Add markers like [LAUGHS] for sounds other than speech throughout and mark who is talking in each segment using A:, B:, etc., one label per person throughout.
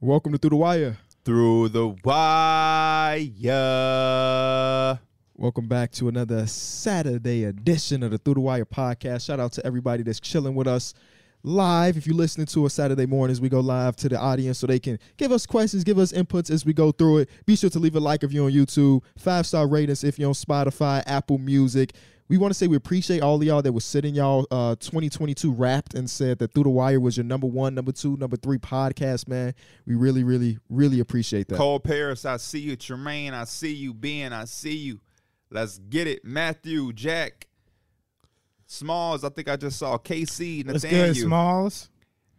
A: Welcome to Through the Wire.
B: Through the wire.
A: Welcome back to another Saturday edition of the Through the Wire podcast. Shout out to everybody that's chilling with us live. If you're listening to us Saturday mornings, we go live to the audience so they can give us questions, give us inputs as we go through it. Be sure to leave a like if you're on YouTube, five star ratings if you're on Spotify, Apple Music. We want to say we appreciate all of y'all that was sitting y'all uh, 2022 wrapped and said that Through the Wire was your number one, number two, number three podcast, man. We really, really, really appreciate that.
B: Cole Paris, I see you. Tremaine, I see you. Ben, I see you. Let's get it. Matthew, Jack, Smalls, I think I just saw. KC,
C: What's good,
B: Nathaniel.
C: Smalls?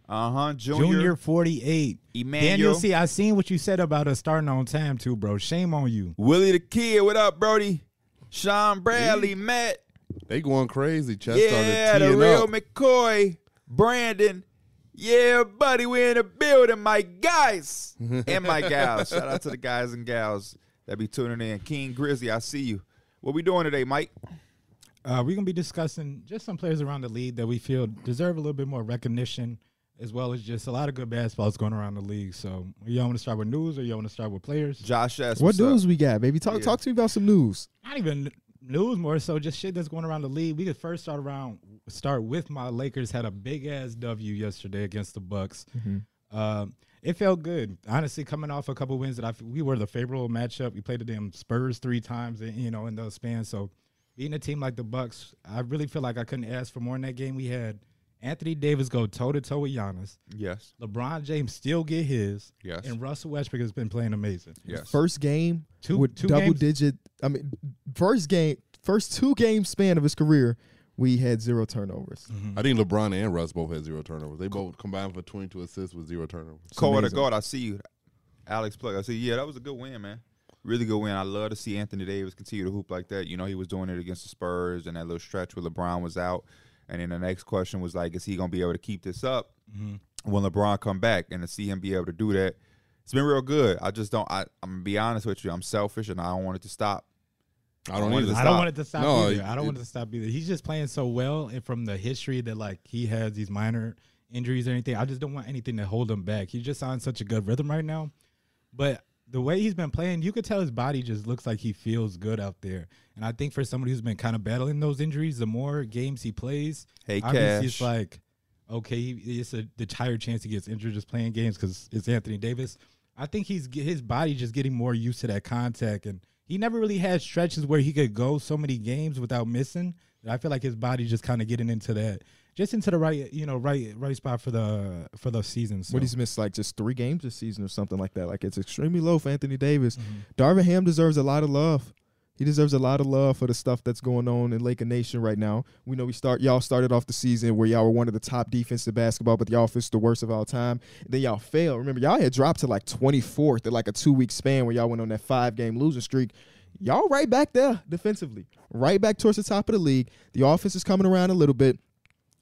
B: Uh huh. Junior.
C: Junior, 48.
B: Emmanuel.
C: Daniel, see, I seen what you said about us starting on time, too, bro. Shame on you.
B: Willie the Kid, what up, Brody? Sean Bradley, Matt.
D: They going crazy. Chest
B: Yeah,
D: started
B: the
D: teeing
B: real
D: up.
B: McCoy, Brandon. Yeah, buddy, we're in the building, my
D: [LAUGHS]
B: guys and my gals. Shout out to the guys and gals that be tuning in. King Grizzly, I see you. What we doing today, Mike?
C: Uh, we're going to be discussing just some players around the league that we feel deserve a little bit more recognition, as well as just a lot of good basketballs going around the league. So, y'all want to start with news or y'all want to start with players?
B: Josh S.
A: What
B: what's up?
A: news we got, baby? Talk
B: Yeah.
A: talk to me about some news.
C: Not even news, more so just shit that's going around the league. We could first start around, start with my Lakers had a big ass W yesterday against the Bucks. Um, it felt good, honestly. Coming off a couple wins that I f- we were the favorable matchup. We played the damn Spurs three times, in, you know, in those spans. So beating a team like the Bucks, I really feel like I couldn't ask for more in that game. We had Anthony Davis go toe to toe with Giannis.
B: Yes,
C: LeBron James still get his,
B: yes,
C: and Russell Westbrook has been playing amazing.
B: yes.
A: First game
C: Two-
A: with
C: two
A: double
C: games.
A: digit. I mean, first game, first two game span of his career, we had zero turnovers.
D: I think LeBron and Russ both had zero turnovers. They both combined for 22 assists with zero turnovers.
B: Cole to
A: amazing.
B: God, I see you. Alex Plug, I see. you. Yeah, that was a good win, man. Really good win. I love to see Anthony Davis continue to hoop like that. You know, he was doing it against the Spurs and that little stretch where LeBron was out. And then the next question was like, is he gonna be able to keep this up
C: Mm-hmm.
B: when LeBron come back? And to see him be able to do that, it's been real good. I just don't. I, I'm gonna be honest with you. I'm selfish and I don't want it to stop.
D: I don't
B: wanted
D: either.
B: to
C: I
B: stop.
C: don't want it to stop
D: No,
C: either. I don't
D: it-
C: want it to stop either. He's just playing so well, and from the history that like he has these minor injuries or anything, I just don't want anything to hold him back. He's just on such a good rhythm right now. But the way he's been playing, you could tell his body just looks like he feels good out there. And I think for somebody who's been kind of battling those injuries, the more games he plays,
B: Hey,
C: obviously it's
B: Cash.
C: like, okay, he- it's a the higher chance he gets injured just playing games because it's Anthony Davis. I think he's ge- his body just getting more used to that contact, and he never really had stretches where he could go so many games without missing. that I feel like his body just kind of getting into that, just into the right, you know, right, right spot for the for the season. So.
A: What he's missed like just three games this season or something like that. Like it's extremely low for Anthony Davis.
C: Mm-hmm.
A: Darvin Ham deserves a lot of love. He deserves a lot of love for the stuff that's going on in Laker Nation right now. We know we start y'all started off the season where y'all were one of the top defensive basketball, but y'all offense the worst of all time. then y'all failed. Remember, y'all had dropped to like 24th in like a two week span where y'all went on that five game losing streak. Y'all right back there defensively, right back towards the top of the league. The offense is coming around a little bit.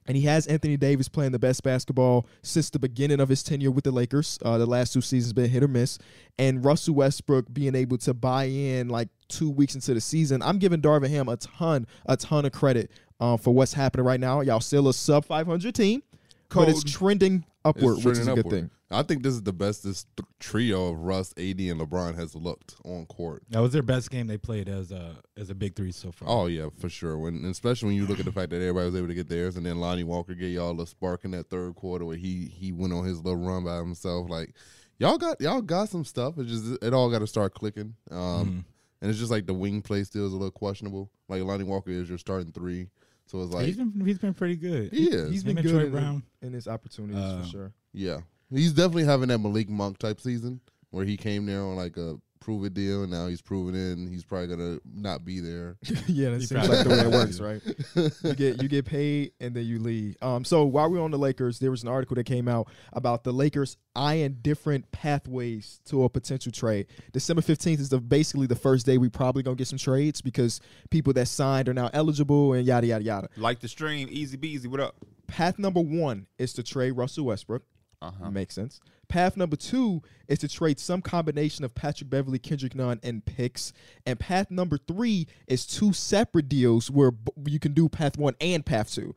A: And he has Anthony Davis playing the best basketball since the beginning of his tenure with the Lakers. Uh, the last two seasons been hit or miss. And Russell Westbrook being able to buy in like two weeks into the season. I'm giving Darvin Ham a ton, a ton of credit um, for what's happening right now. Y'all still a sub 500 team, but it's
B: Cold.
A: trending
D: It's
A: upward, which
D: trending
A: is a good
D: upward.
A: thing.
D: I think this is the best this th- trio of Russ, AD, and LeBron has looked on court.
C: That was their best game they played as a as a big three so far.
D: Oh yeah, for sure. When especially when you look at the fact that everybody was able to get theirs, and then Lonnie Walker gave y'all a spark in that third quarter where he he went on his little run by himself. Like y'all got y'all got some stuff. It just it all got to start clicking. Um, and it's just like the wing play still is a little questionable. Like Lonnie Walker is your starting three, so it's like
C: he's been he's been pretty good.
D: he is.
A: He's been
C: Him and Troy
A: good in,
C: Brown.
A: in his opportunities
C: Uh,
A: for sure.
D: Yeah, he's definitely having that Malik Monk type season where he came there on like a prove it deal, and now he's proven it. And he's probably gonna not be there.
A: yeah, that
C: He
A: seems
C: probably
A: like the way it works,
C: does. [LAUGHS]
A: right? You get you get paid and then you leave. Um, so while we are on the Lakers, there was an article that came out about the Lakers eyeing different pathways to a potential trade. December fifteenth is the basically the first day we probably gonna get some trades because people that signed are now eligible and yada yada yada.
B: Like the stream, easy beasy. What up?
A: Path number one is to trade Russell Westbrook.
B: Uh huh.
A: Makes sense. Path number two is to trade some combination of Patrick Beverly, Kendrick Nunn, and picks. And path number three is two separate deals where b- you can do path one and path two.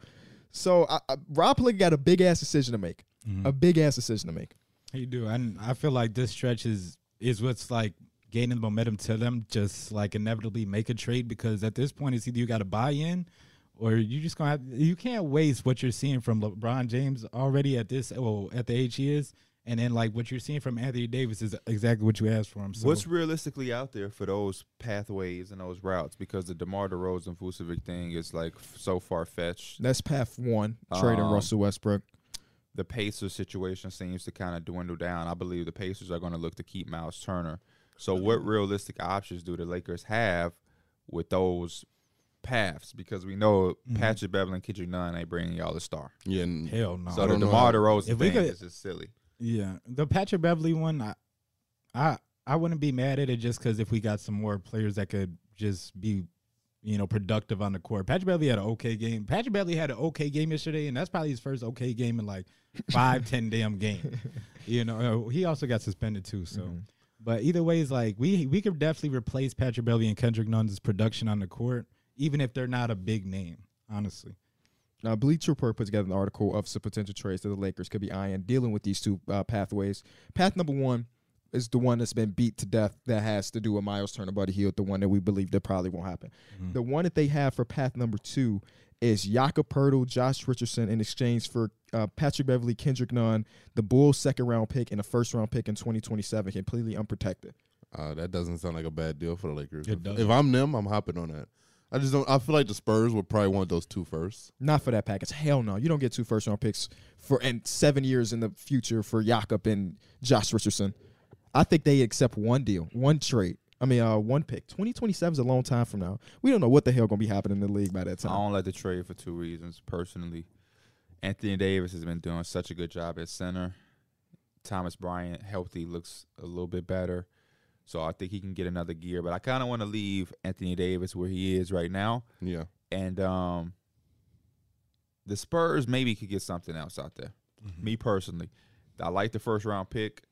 A: So I, I, Rob Palinka got a big ass decision to make. A big ass decision to make.
C: You do, and I feel like this stretch is is what's like gaining momentum to them. Just like inevitably make a trade because at this point, it's either you got to buy in, or you just gonna have you can't waste what you're seeing from LeBron James already at this well at the age he is, and then like what you're seeing from Anthony Davis is exactly what you asked for him. So
B: What's realistically out there for those pathways and those routes? Because the DeMar DeRozan Vucevic thing is like f- so far fetched.
A: That's path one. Trading
B: Um,
A: Russell Westbrook.
B: The Pacers situation seems to kind of dwindle down. I believe the Pacers are going to look to keep Miles Turner. So, what realistic options do the Lakers have with those paths? Because we know
D: Mm-hmm.
B: Patrick Beverly and Kendrick Nunn ain't bringing y'all a star.
D: Yeah, and
C: hell no.
B: So,
D: I
B: the
D: don't know
B: DeMar
D: how-
B: DeRozan
C: If we
B: thing
C: could-
B: is just silly.
C: Yeah, the Patrick Beverly one, I, I, I wouldn't be mad at it just because if we got some more players that could just be, you know, productive on the court. Patrick Beverly had an okay game. Patrick Beverly had an okay game yesterday, and that's probably his first okay game in like five, ten
A: [LAUGHS]
C: damn game. You know, uh, he also got suspended too. So,
A: Mm-hmm.
C: but either way, it's like we we could definitely replace Patrick Beverly and Kendrick Nunn's production on the court, even if they're not a big name. Honestly,
A: Now, Bleacher Report put together an article of some potential trades that the Lakers could be eyeing dealing with these two uh, pathways. Path number one is the one that's been beat to death that has to do with Miles Turner, Buddy Hield, the one that we believe that probably won't happen. The one that they have for path number two is Jakob Pertl, Josh Richardson in exchange for uh, Patrick Beverly, Kendrick Nunn, the Bulls' second round pick, and a first round pick in 2027, completely unprotected.
D: uh, that doesn't sound like a bad deal for the Lakers.
C: It
D: If-
C: doesn't.
D: if I'm them, I'm hopping on that. I just don't. I feel like the Spurs would probably want those two first.
A: Not for that package. Hell no. You don't get two first round picks for and seven years in the future for Jakob and Josh Richardson. I think they accept one deal, one trade. I mean, uh, one pick. Twenty twenty seven is a long time from now. We don't know what the hell gonna be happening in the league by that
B: I
A: time.
B: don't like the trade for two reasons personally. Anthony Davis has been doing such a good job at center. Thomas Bryant healthy looks a little bit better. So I think he can get another gear, but I kind of want to leave Anthony Davis where he is right now
D: Yeah,
B: and um the Spurs maybe could get something else out there. Me personally. I like the first round pick,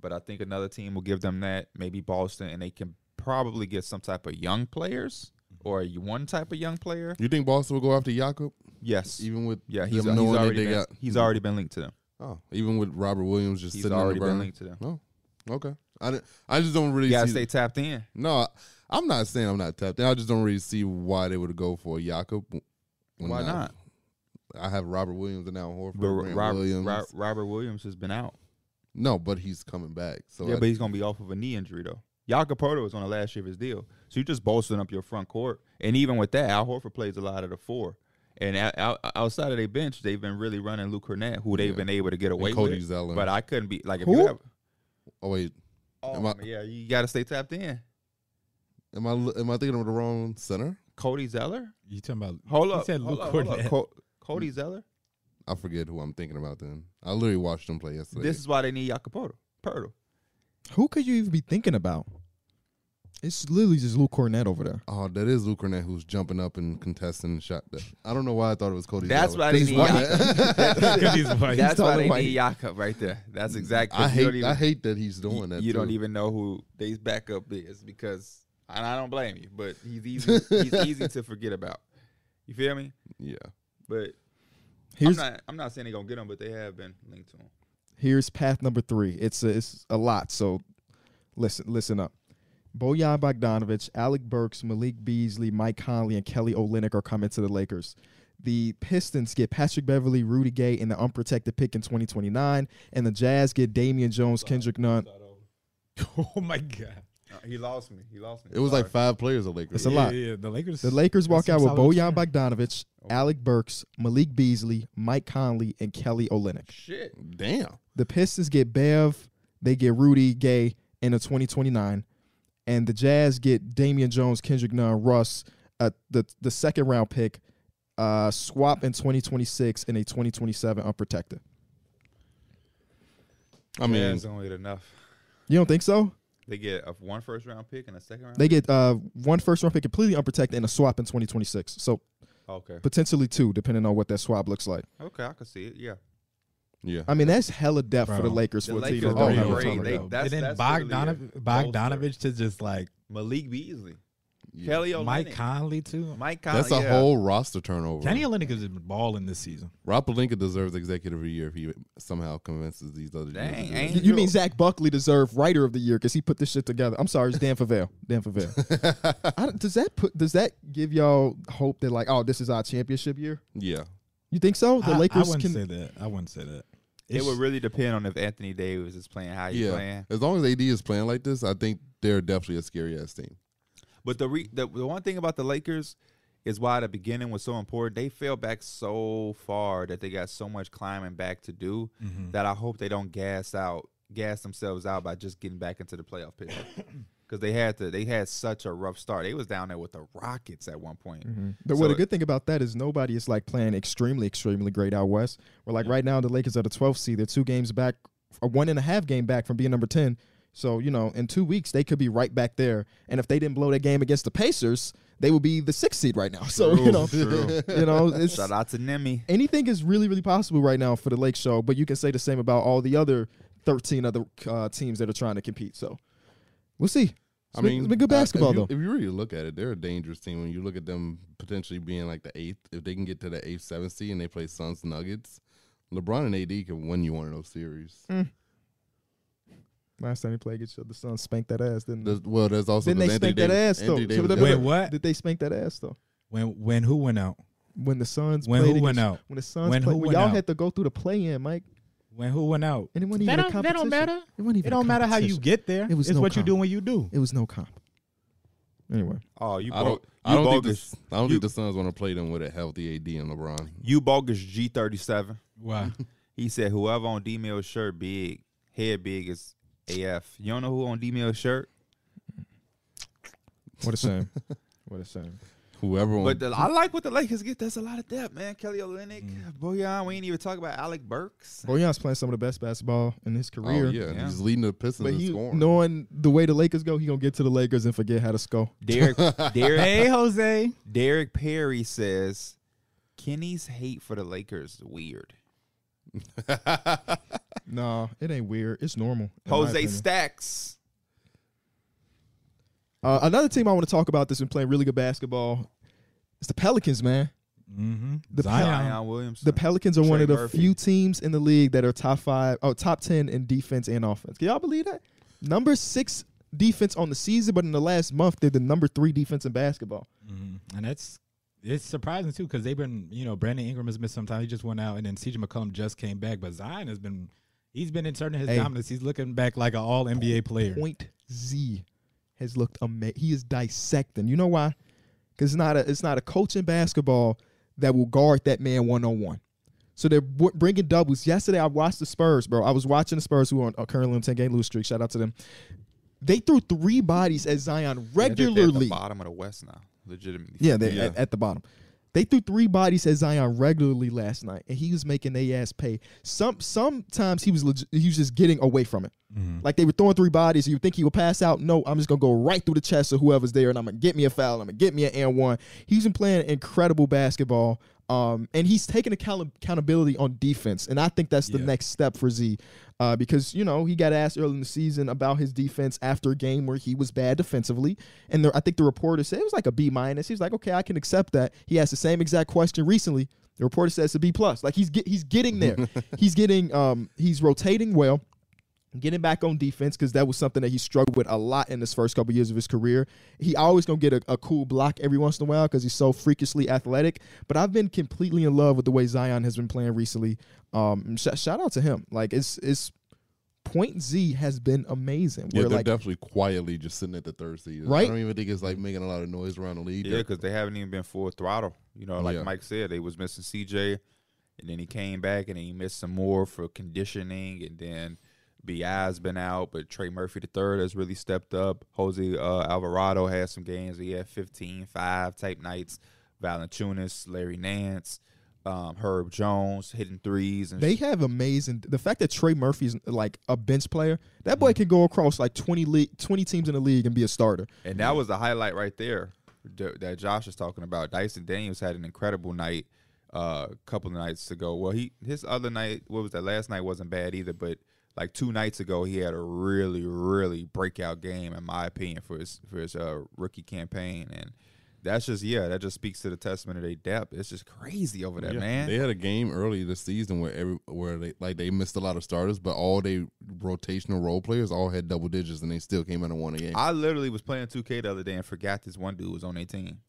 B: but I think another team will give them that, maybe Boston and they can probably get some type of young players or one type of young player.
D: you think Boston will go after Jakob
B: Yes.
D: even with
B: Yeah, he's,
D: them
B: he's
D: knowing that
B: already
D: they
B: been,
D: got-
B: he's already been linked to them.
D: oh even with Robert Williams just
B: He's
D: sitting
B: already
D: on the
B: been
D: burn?
B: linked to them.
D: No, okay. I didn't- I just don't really
B: You gotta
D: see
B: stay tapped in.
D: No, I'm not saying I'm not tapped in. I just don't really see why they would go for Jakob. when
B: Why
D: I-
B: not?
D: I have Robert Williams and now Horford.
B: But
D: Grant
B: Rob,
D: Williams.
B: Rob, Robert Williams has been out.
D: no, but he's coming back. So
B: yeah,
D: I-
B: but he's gonna be off of a knee injury though. Jakob is on the last year of his deal, so you're just bolstering up your front court. And even with that, Al Horford plays a lot of the four. And out, out, outside of their bench, they've been really running Luke Cornett, who they've
D: Yeah.
B: been able to get away
D: Cody
B: with.
D: Zeller.
B: But I couldn't be like if
A: Who?
B: you have.
D: oh wait,
B: Oh
D: Am I-
B: man, yeah, you gotta stay tapped in.
D: am I am I thinking of the wrong center?
B: Cody Zeller,
C: you talking about?
B: hold
C: He
B: up,
C: said
B: hold
C: Luke
B: up, hold up.
C: Cornett.
B: Co- Cody Zeller.
D: I forget who I'm thinking about. Then I literally watched them play yesterday.
B: This is why they need Jakob Pertle.
A: Who could you even be thinking about? It's literally just Luke Cornett over there.
D: oh, that is Luke Cornett who's jumping up and contesting the shot. That, I don't know why I thought it was Cody.
B: That's
D: Zeller.
B: why they need
D: [LAUGHS]
B: Jakob.
C: 'Cause he's white.
B: That's why
A: totally
B: they
A: white.
B: need Jakob right there. That's exactly.
D: I hate I hate that he's doing that.
B: You don't
D: too.
B: even know who they backup is because, and I don't blame you, but he's
D: [LAUGHS]
B: easy. he's easy to forget about. You feel me?
D: Yeah.
B: But
A: Here's
B: I'm not. I'm not saying they're gonna get him, but they have been linked to him.
A: here's path number three. It's a, it's a lot, so listen listen up. Bojan Bogdanovic, Alec Burks, Malik Beasley, Mike Conley, and Kelly Olynyk are coming to the Lakers. The Pistons get Patrick Beverly, Rudy Gay, and the unprotected pick in 2029, and the Jazz get Damian Jones, Kendrick Nunn.
C: [LAUGHS] oh my god.
B: No, Uh, he lost me. He lost me.
D: It was like
B: Sorry.
D: five players a Lakers.
A: It's a
C: yeah,
A: lot.
C: Yeah, yeah. the Lakers.
A: The Lakers
C: got
A: walk
C: some
A: out with
C: solid
A: Bojan
C: return.
A: Bogdanovic, Alec Burks, Malik Beasley, Mike Conley, and Kelly Olynyk.
B: shit.
D: Damn.
A: The Pistons get Bev, they get Rudy Gay in a 2029, and the Jazz get Damian Jones, Kendrick Nunn, Russ, uh, the the second round pick, uh, swap in 2026 and a 2027 unprotected.
D: I mean,
B: Jazz don't get enough.
A: You don't think so?
B: They get a one first round pick and a second round.
A: They get uh, one first round pick completely unprotected and a swap in 2026. So
B: okay.
A: potentially two, depending on what that swap looks like.
B: Okay, I can see it. Yeah.
D: yeah.
B: Uh,
A: I mean, that's hella depth for the
C: Bro.
A: Lakers
B: The
A: for a team
B: Lakers
A: that don't
D: don't
A: have a
D: grade.
A: ton of
D: They-
A: depth.
B: that's-
C: and Oh, then
B: that's literally
C: Bogdanov-
B: it.
C: Bogdanovich to just like
B: Malik Beasley. Kelly Olynyk,
C: Mike Conley too.
B: Mike Conley.
D: That's a
B: uh, yeah.
D: whole roster turnover.
C: Kenny Olynyk is balling this season.
D: Rob Palinka deserves Executive of the Year if he somehow convinces these other dudes
B: Dang,
D: to do it.
B: ain't
A: You mean Zach Buckley deserved Writer of the Year because he put this shit together? I'm sorry, it's Dan Favale. Dan Favale.
B: [LAUGHS]
A: I don't- does that put? Does that give y'all hope that like, oh, this is our championship year?
D: Yeah.
A: You think so? The
C: I, I
A: Lakers
C: wouldn't
A: can.
C: say that. I wouldn't say that.
B: It
C: It's-
B: would really depend on if Anthony Davis is playing how he's
D: Yeah.
B: playing.
D: As long as AD is playing like this, I think they're definitely a scary ass team.
B: But the, re- the the one thing about the Lakers is why the beginning was so important. They fell back so far that they got so much climbing back to do that I hope they don't gas out, gas themselves out by just getting back into the playoff picture. Because they had to, they had such a rough start. They was down there with the Rockets at one point.
A: The, well,
B: So-
A: the good thing about that is nobody is like playing extremely, extremely great out west. We're like right now the Lakers are the 12th seed. They're two games back, or one and a half game back from being number 10. So you know, in two weeks they could be right back there. And if they didn't blow that game against the Pacers, they would be the sixth seed right now. [LAUGHS] So you know,
D: [LAUGHS]
B: true.
A: you know, it's,
B: Shout out to Nemi.
A: anything is really, really possible right now for the Lake Show. But you can say the same about all the other 13 other uh, teams that are trying to compete. So we'll see. It's
D: I
A: been-
D: mean,
A: it's been good
D: uh, if
A: basketball
D: you-
A: though.
D: If you really look at it, they're a dangerous team. When you look at them potentially being like the eighth, if they can get to the eighth, seventh seed, and they play Suns Nuggets, LeBron and AD can win you one of those series.
A: Last time they played against each other, the Suns spanked that ass, didn't they?
D: There's- well, there's also
A: Didn't they
D: because Anthony
A: spank that
D: Davis-
A: ass though?
D: Anthony
A: So
D: Davis
A: the-
D: got-
C: Wait, what?
A: Did they spank that ass though?
C: When when who went out?
A: When the Suns
C: When
A: played
C: who went
A: against-
C: out?
A: When the Suns
C: When
A: played,
C: who
A: when
C: went
A: y'all
C: out?
A: had to go through the play in, Mike.
C: When who went out?
A: And it wasn't
C: That
A: even a
C: don't, that
A: competition.
C: don't matter.
A: It wasn't even
C: It
A: a
C: don't matter how you
A: competition.
C: get there.
A: It was
C: it's
A: no
C: what you do
A: comp.
C: when you do.
A: It was no comp. Anyway,
B: Oh, you
D: I
B: bog-
D: don't. I
B: you
D: don't, think the,
B: bogus.
D: S- I don't
B: You-
D: think the Suns want to play them with a healthy AD and LeBron.
B: You bogus G thirty seven.
C: Why?
B: He said, "Whoever on D Mill's shirt big, head big is AF. You don't know who on D Mill's shirt,
A: what a [LAUGHS] shame. what a shame.
D: Whoever.
A: Oh.
D: on-
B: but the, I like what the Lakers get. That's a lot of depth, man. Kelly Olynyk,
A: Mm.
B: Boyan. We ain't even talk about Alec
A: [LAUGHS]
B: Burks.
A: Boyan's playing some of the best basketball in his
D: oh,
A: career.
D: yeah,
B: Yeah.
D: he's leading the Pistons
A: But
D: in
A: he,
D: scoring.
A: knowing the way the Lakers go, he gonna get to the Lakers and forget how to score.
B: Derek, Derek,
C: hey Jose.
B: Derek Perry says, Kenny's hate for the Lakers is weird.
A: No, it ain't weird. It's normal. in my
B: Jose
A: opinion.
B: Stacks.
A: Uh, another team I want to talk about that's been playing really good basketball is the Pelicans, man.
C: [LAUGHS] Mm-hmm.
A: The
C: Zion.
B: Zion Williams.
A: um, The Pelicans are one
B: Trey
A: of the
B: Murphy.
A: few teams in the league that are top five, oh, top ten in defense and offense. Can y'all believe that? Number six defense on the season, but in the last month they're the number three defense in basketball.
C: Mhm. And that's it's surprising too because they've been you know Brandon Ingram has missed sometimes he just went out and then CJ McCollum just came back but Zion has been he's been inserting his
A: Hey.
C: dominance he's looking back like an All NBA player.
A: Point Z has looked amazing. He is dissecting. You know why? Because it's not a it's not a coach in basketball that will guard that man one on one. So they're w- bringing doubles. Yesterday I watched the Spurs, bro. I was watching the Spurs who are, on- are currently on ten game lose streak. Shout out to them. They threw three bodies at Zion
B: I think they're at the
A: regularly.
B: bottom of the West now, legitimately.
A: Yeah, they
D: Yeah.
A: At, at the bottom. They threw three bodies at Zion regularly last night, and he was making they ass pay. Some sometimes he was leg- he was just getting away from it. Like they were throwing three bodies, you think he would pass out? No, I'm just gonna go right through the chest of whoever's there, and I'm gonna get me a foul. I'm gonna get me an and one. He's been playing incredible basketball, um, and he's taking account- accountability on defense, and I think that's the
C: Yeah.
A: next step for Z, uh, because you know he got asked early in the season about his defense after a game where he was bad defensively, and the, I think the reporter said it was like a B minus. He was like, okay, I can accept that. He asked the same exact question recently. The reporter says a B plus. Like he's get, he's getting there. he's getting um he's rotating well getting back on defense because that was something that he struggled with a lot in his first couple years of his career. He always gonna get a, a cool block every once in a while because he's so freakishly athletic. But I've been completely in love with the way Zion has been playing recently. Um, sh- shout out to him. Like it's it's point Z has been amazing.
D: yeah,
A: Where
D: they're
A: like
D: definitely quietly just sitting at the third seed.
A: Right?
D: I don't even think it's like making a lot of noise around the league.
B: Yeah, because they haven't even been full throttle. You know, like
D: Yeah.
B: Mike said, they was missing CJ, and then he came back, and then he missed some more for conditioning, and then Bi's been out, but Trey Murphy the third has really stepped up. Jose uh, Alvarado had some games. He had 15, 5 type nights. Valanciunas, Larry Nance, um, Herb Jones hitting threes, and
A: They have amazing. The fact that Trey Murphy's like a bench player, that
D: Mm-hmm.
A: boy can go across like 20 league, 20 teams in the league and be a starter.
B: And that was the highlight right there d- that Josh is talking about. Dyson Daniels had an incredible night uh, a couple of nights ago. Well, he his other night, what was that? Last night wasn't bad either, but Like two nights ago, he had a really, really breakout game, in my opinion, for his for his uh, rookie campaign, and that's just yeah, that just speaks to the testament of their depth. It's just crazy over there,
D: Yeah,
B: man.
D: They had a game early this season where every where they like they missed a lot of starters, but all they rotational role players all had double digits, and they still came out and won a game.
B: I literally was playing 2K the other day and forgot this one dude was on their team.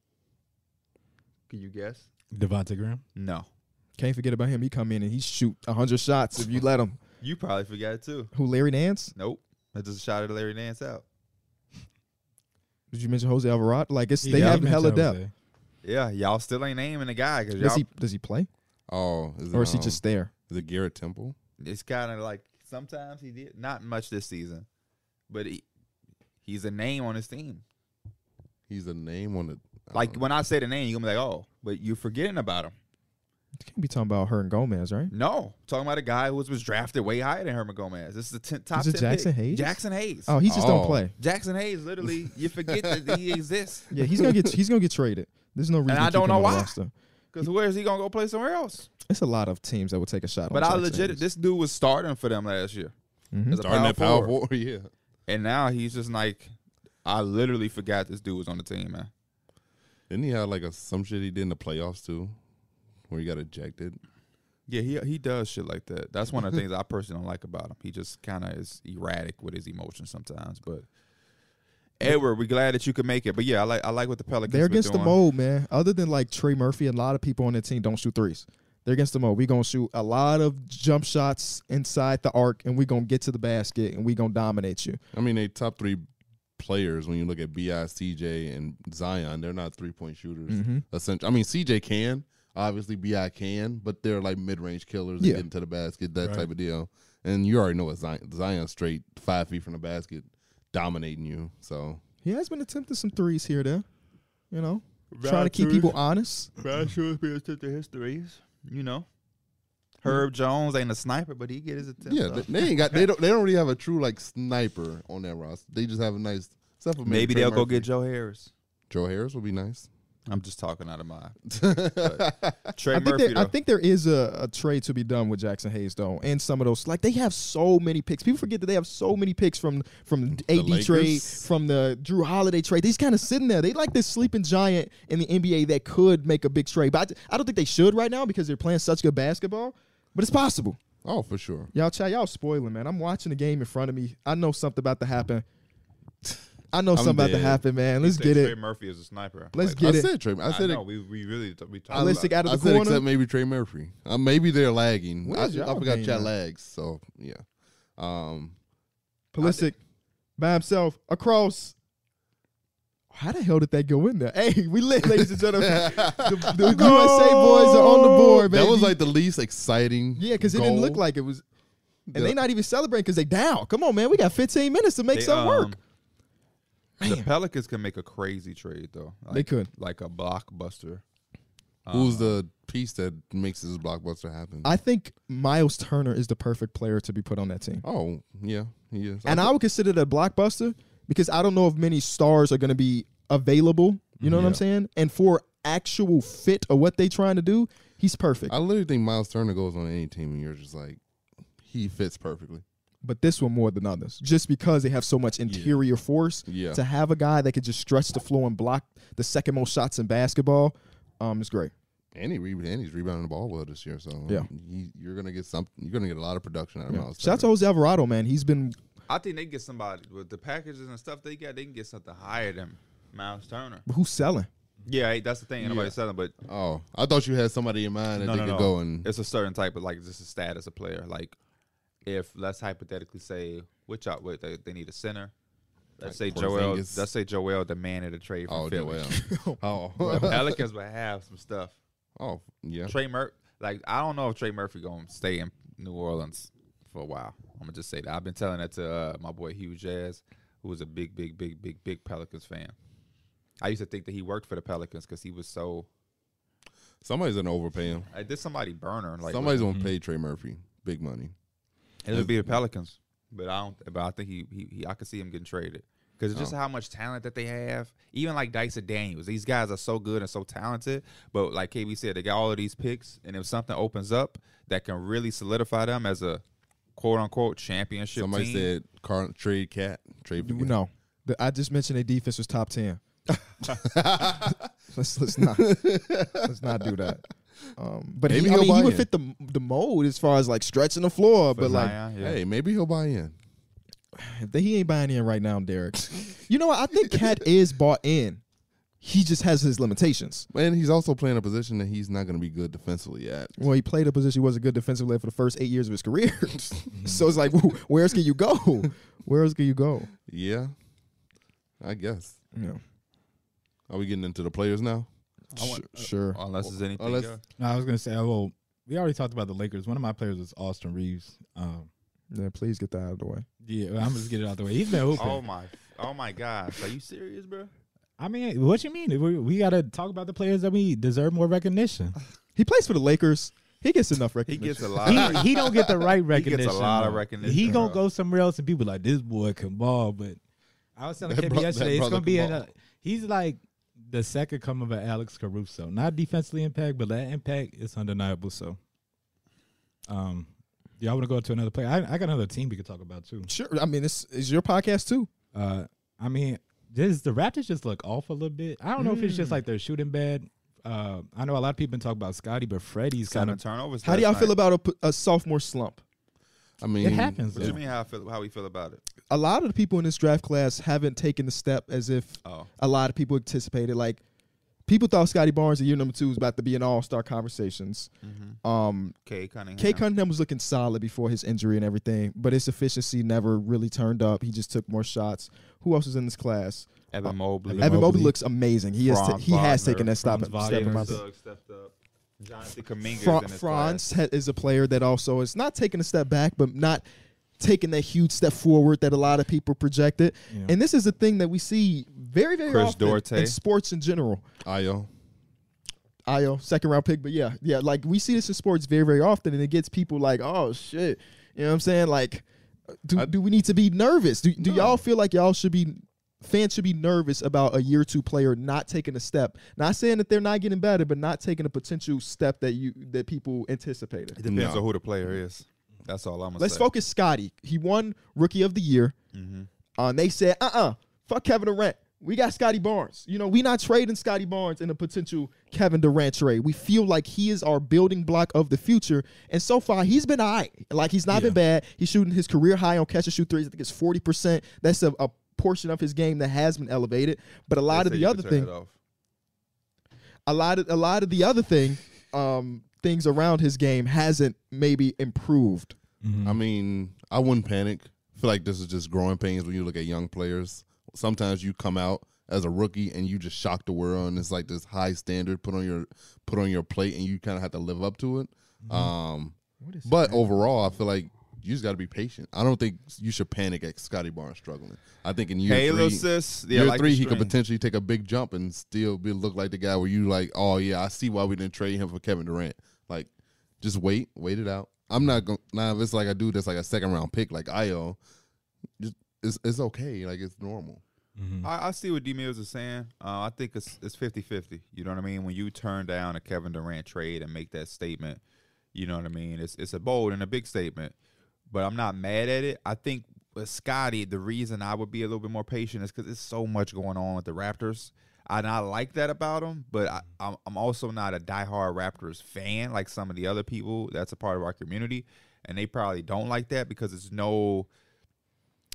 B: Can you guess?
C: Devontae Graham.
B: No.
A: Can't forget about him. He come in and he shoot hundred shots if you let him.
B: You probably forgot it too.
A: Who Larry Nance?
B: Nope. That's just a shot at Larry Nance out.
A: Did you mention Jose Alvarado? Like it's they
C: Yeah,
A: have
C: I
A: hella
C: mentioned
A: depth.
B: Yeah, y'all still ain't naming the guy because
A: Does
B: y'all.
A: he does he play
D: oh, is it,
A: or is he
D: um,
A: just there?
D: is it Garrett Temple?
B: it's kind of like sometimes he did not much this season, but he, he's a name on his team.
D: He's a name on the I
B: Like
A: Uh-huh.
D: don't
B: when I say the name, you're gonna be like, oh, but you're forgetting about him.
A: You can't be talking about her and Gomez, right?
B: No, talking about a guy who was, was drafted way higher than Herman Gomez. This is the ten, top
A: Is it
B: 10
A: Jackson
B: pick.
A: Hayes?
B: Jackson Hayes.
A: Oh, he just don't
D: Oh.
A: play.
B: Jackson Hayes.
A: [LAUGHS]
B: Literally, you forget that he exists
A: Yeah, he's gonna get he's gonna get traded. There's no reason.
B: I
A: to keep
B: don't
A: him
B: know
A: on the
B: why.
A: roster.
B: because where is he gonna go play somewhere else?
A: It's a lot of teams that would take a shot.
B: But
A: on
B: I
A: Jackson
B: legit,
A: Hayes.
B: this dude was starting for them last year.
A: Mhm.
B: As a
D: starting
B: power
D: at power
B: forward.
D: forward, [LAUGHS] yeah.
B: and now he's just like, I literally forgot this dude was on the team, man.
D: Didn't he have like a, some shit he did in the playoffs too, where he got ejected?
B: Yeah, he he does shit like that. That's [LAUGHS] one of the things I personally don't like about him. He just kind of is erratic with his emotions sometimes. But Edward, we're glad that you could make it. But yeah, I like I like what the Pelicans.
A: They're
B: been
A: against the
B: doing.
A: mold, man. Other than like Trey Murphy, a lot of people on their team don't shoot threes. They're against the mold. We're gonna shoot a lot of jump shots inside the arc, and we're gonna get to the basket, and we're gonna dominate you.
D: I mean, they top three players when you look at Bi, CJ, and Zion. They're not three point shooters. Essentially, I mean, CJ can obviously Bi can, but they're like mid range killers.
A: Yeah.
D: Yeah. getting to the basket, that type of deal. And you already know what Zion, Zion straight five feet from the basket, dominating you. So
A: He has been attempting some threes here, or there. You know,
B: Round
A: trying to keep
B: threes.
A: people honest.
B: Brad Shrewsbury took to his threes, you know. Herb Jones ain't a sniper, but he get his attempt.
D: yeah, they, they ain't got they don't they don't really have a true like sniper on that roster. They just have a nice. Except for
B: maybe
D: Trey
B: they'll go
D: Murphy.
B: get Joe Harris.
D: Joe Harris would be nice.
B: I'm just talking out of my
D: But
B: Trey
A: I think
B: Murphy.
A: there, I
B: though.
A: think there is a, a trade to be done with Jackson Hayes though, and some of those like they have so many picks. People forget that they have so many picks from from AD trade,
D: Lakers?
A: from the Drew Holiday trade. These kind of sitting there. They like this sleeping giant in the NBA that could make a big trade, but I, I don't think they should right now because they're playing such good basketball. But it's possible.
D: [LAUGHS] oh, for sure.
A: Y'all, chat, y'all spoiling, man. I'm watching the game in front of me. I know something about to happen. I know
D: I'm
A: something about to
D: dead.
A: happen, man. Let's
B: Say
A: get
B: Trey
A: it.
B: Murphy is a sniper.
A: Let's
B: Like,
A: get
D: I
A: it.
D: said Trey. I said it
B: know, we we really t- we
A: I
B: talked.
A: Realistic
B: about-
A: out of
D: I
A: the
D: said
A: corner.
D: except maybe Trey Murphy. Uh, maybe they're lagging.
A: What
D: I,
A: is y'all
D: I forgot
A: opinion?
D: chat lags. So yeah. Um,
A: Pulisic by himself across. How the hell did that go in there? [LAUGHS] Hey, we lit, ladies and gentlemen. the
D: [LAUGHS]
A: the USA boys are on the board, man.
D: that was like the least exciting.
A: yeah, because it didn't
D: goal.
A: look like it was. And they
D: The-
A: not even celebrating because they down. Come on, man. We got 15 minutes to make
B: They,
A: something
B: um,
A: work.
B: The
A: Man.
B: Pelicans can make a crazy trade though. Like,
A: They could.
B: like a blockbuster.
D: Who's the piece that makes this blockbuster happen?
A: I think Miles Turner is the perfect player to be put on that team.
D: oh yeah, he is.
A: And I would consider that a blockbuster because I don't know if many stars are going to be available. You know what I'm saying? And for actual fit of what they trying to do, he's perfect.
D: I literally think Miles Turner goes on any team, and you're just like, he fits perfectly.
A: but this one more than others, just because they have so much interior force.
D: Yeah.
A: To have a guy that could just stretch the floor and block the second most shots in basketball, um, is great.
D: And he re- and he's rebounding the ball well this year, so
A: Yeah.
D: he, you're gonna get something. You're gonna get a lot of production out of Miles.
A: Shout out to
D: Turner.
A: Jose Alvarado, man. He's been
B: I think they can get somebody with the packages and stuff they got. They can get something higher than Miles Turner.
A: who's selling?
B: Yeah, hey, that's the thing. Nobody's selling, but
D: Oh, I thought you had somebody in mind that
B: no,
D: they
B: no,
D: could
B: no.
D: go and
B: It's a certain type of like just a status of player. Like if let's hypothetically say which out what they, they need a center. Let's
D: Like
B: say Joel.
D: Porzingis.
B: Let's say Joel demanded a trade from
D: Oh,
B: Philly. [LAUGHS]
D: Joel.
B: The
D: oh, [LAUGHS]
B: Pelicans would have some stuff.
D: oh, yeah.
B: Trey Murphy. Like I don't know if Trey Murphy gonna stay in New Orleans for a while. I'm gonna just say that. I've been telling that to uh, my boy Hugh Jazz, who was a big, big, big, big, big Pelicans fan. I used to think that he worked for the Pelicans because he was so.
D: Somebody's gonna overpay him.
B: I did somebody burner like
D: Somebody's
C: mm-hmm.
D: gonna pay Trey Murphy big money.
B: it would be the Pelicans, but I don't. But I think he, he, he I could see him getting traded because just how much talent that they have. Even like Dyson Daniels, these guys are so good and so talented. But like KB said, they got all of these picks, and if something opens up that can really solidify them as a quote unquote championship
D: Somebody
B: team.
D: said car, trade cat, trade. for cat.
A: No, The- I just mentioned their defense was top
B: [LAUGHS]
A: ten. [LAUGHS] let's let's not let's not do that. Um, but he, I
D: Maybe he'll
A: mean, he
D: buy
A: would
D: in.
A: fit the the mold as far as like stretching the floor,
B: for
A: but like
B: Zion, yeah.
D: Hey, maybe he'll buy in.
A: If they- he ain't buying in right now, Derek. you know what? I think Cat is bought in. He just has his limitations.
D: And he's also playing a position that he's not going to be good defensively at.
A: Well, he played a position he was a good defensive player for the first eight years of his career. [LAUGHS]
B: Mm-hmm.
A: so it's like, wh- where else can you
B: [LAUGHS]
A: go? Where else can you go?
D: Yeah, I guess.
A: Yeah.
D: Are we getting into the players now?
A: Sh- sure.
B: unless there's anything.
D: unless-
B: else.
C: No, I was gonna say, oh, well, we already talked about the Lakers. One of my players was Austin Reeves. Um,
A: Yeah, please get that out of the way.
C: yeah, I'm just get it out the way. He's been hooping.
B: Oh my, oh my gosh, are you serious, bro?
C: I mean, what you mean? We, we gotta talk about the players that we deserve more recognition.
A: He plays for the Lakers. He gets enough
B: He
A: recognition.
B: gets a lot.
C: he,
B: Of
C: he don't get the right
B: gets a
C: recognition.
B: lot of
C: though.
B: recognition,
C: He gonna
B: bro.
C: go somewhere else and people like this boy can ball. But I was telling
D: That
C: Kevin
D: bro- that
C: yesterday, it's
D: brother
C: gonna be
D: can
C: in a,
D: ball.
C: he's like the second coming of an Alex Caruso. Not defensively impact, but that impact is undeniable. So, um, y'all want to go to another player? I, I got another team we could talk about too.
A: Sure. I mean, it's, it's your podcast too.
C: Uh, I mean, this the Raptors just look off a little bit. I don't know if it's just like they're shooting bad. Uh, I know a lot of people been talking about Scotty, but Freddie's kind
B: kind
C: of
B: turnovers.
A: How do y'all
B: last
A: feel
B: night.
A: about a, p- a sophomore slump?
D: I mean,
C: it happens.
B: What do
C: though.
B: you mean? How I feel? How we feel about it?
A: A lot of the people in this draft class haven't taken the step as if
B: Oh,
A: a lot of people anticipated. Like people thought Scotty Barnes at year number two was about to be an all star conversations. Um,
B: K Cunningham.
A: Kay Cunningham was looking solid before his injury and everything, but his efficiency never really turned up. He just took more shops. Who else is in this class?
B: Evan Mobley.
A: Evan Mobley,
C: Mobley.
A: looks amazing. He has ta-
B: Franz
A: he has
B: Wagner.
A: taken that stop
C: Franz
A: step in my
C: Wagner.
A: opinion.
B: Suggs stepped up. Jonathan Kuminga's
A: Fra-
B: in this
A: Franz ha- is a player that also is not taking a step back, but not taking that huge step forward that a lot of people projected.
C: Yeah.
A: And this is the thing that we see very, very
B: Chris
A: often
B: Duarte.
A: in sports in general.
D: Ayo.
A: Io, second round pick. But yeah, yeah, like we see this in sports very, very often, and it gets people like, oh shit. You know what I'm saying? Like, do, do we need to be nervous? Do, do y'all feel like y'all should be fans should be nervous about a year two player not taking a step? Not saying that they're not getting better, but not taking a potential step that you that people anticipated.
B: It depends
D: No.
B: on who the player is. That's all I'm gonna
A: Let's
B: say. Mm-hmm.
A: focus Scotty. He won rookie of the year. Uh, and they said, uh uh fuck Kevin Durant. We got Scotty Barnes. You know, we not trading Scotty Barnes in a potential Kevin Durant trade. We feel like he is our building block of the future. And so far, he's been all right. Like, he's not been bad. He's shooting his career high on catch and shoot threes. I think it's 40%. That's a, a portion of his game that has been elevated. But a lot of
B: They say
A: the
B: you
A: other
B: can turn
A: thing,
B: it off.
A: a lot of a lot of the other thing, um, things around his game hasn't maybe improved.
D: I mean, I wouldn't panic. I feel like this is just growing pains when you look at young players. Sometimes you come out as a rookie and you just shock the world, and it's like this high standard put on your put on your plate, and you kind of have to live up to it.
C: Mm-hmm.
D: Um, but overall, I feel like you just got to be patient. I don't think you should panic at Scotty Barnes struggling. I think in year
B: Halo
D: three,
B: sis. Yeah,
D: year
B: like
D: three,
B: the
D: he could
B: string.
D: potentially take a big jump and still be look like the guy where you like, oh yeah, I see why we didn't trade him for Kevin Durant. Like, just wait, wait it out. I'm not going to now. If it's like a dude that's like a second round pick, like Io, just it's it's okay. Like it's normal.
C: Mm-hmm.
B: I, I see what D Mills is saying. Uh, I think it's it's 50 50. You know what I mean? When you turn down a Kevin Durant trade and make that statement, you know what I mean? It's it's a bold and a big statement, but I'm not mad at it. I think with Scotty, the reason I would be a little bit more patient is because there's so much going on with the Raptors. And I like that about them, but I, I'm, I'm also not a diehard Raptors fan like some of the other people that's a part of our community. And they probably don't like that because it's no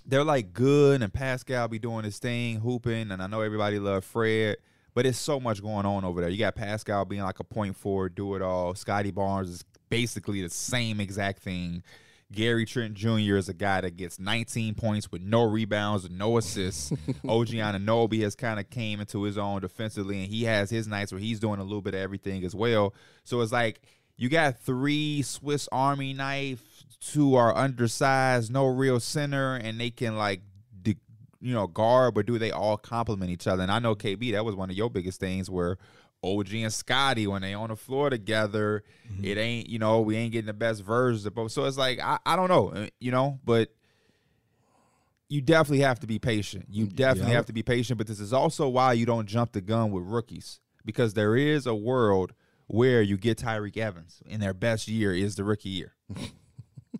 B: they're like good and Pascal be doing his thing, hooping, and I know everybody love Fred, but it's so much going on over there. You got Pascal being like a point forward, do it all. Scotty Barnes is basically the same exact thing. Gary Trent Jr. is a guy that gets 19 points with no rebounds and no assists. OG Ananobi has kind of came into his own defensively, and he has his nights where he's doing a little bit of everything as well. So it's like you got three Swiss Army knife, two are undersized, no real center, and they can like, de- you know, guard, but do they all complement each other? And I know KB, that was one of your biggest things where OG and Scotty, when they on the floor together, it ain't, you know, we ain't getting the best versions of both. So it's like I, I don't know, uh, you know, but you definitely have to be patient. You definitely
C: Yeah.
B: have to be patient, but this is also why you don't jump the gun with rookies because there is a world where you get Tyreek Evans in their best year is the rookie year.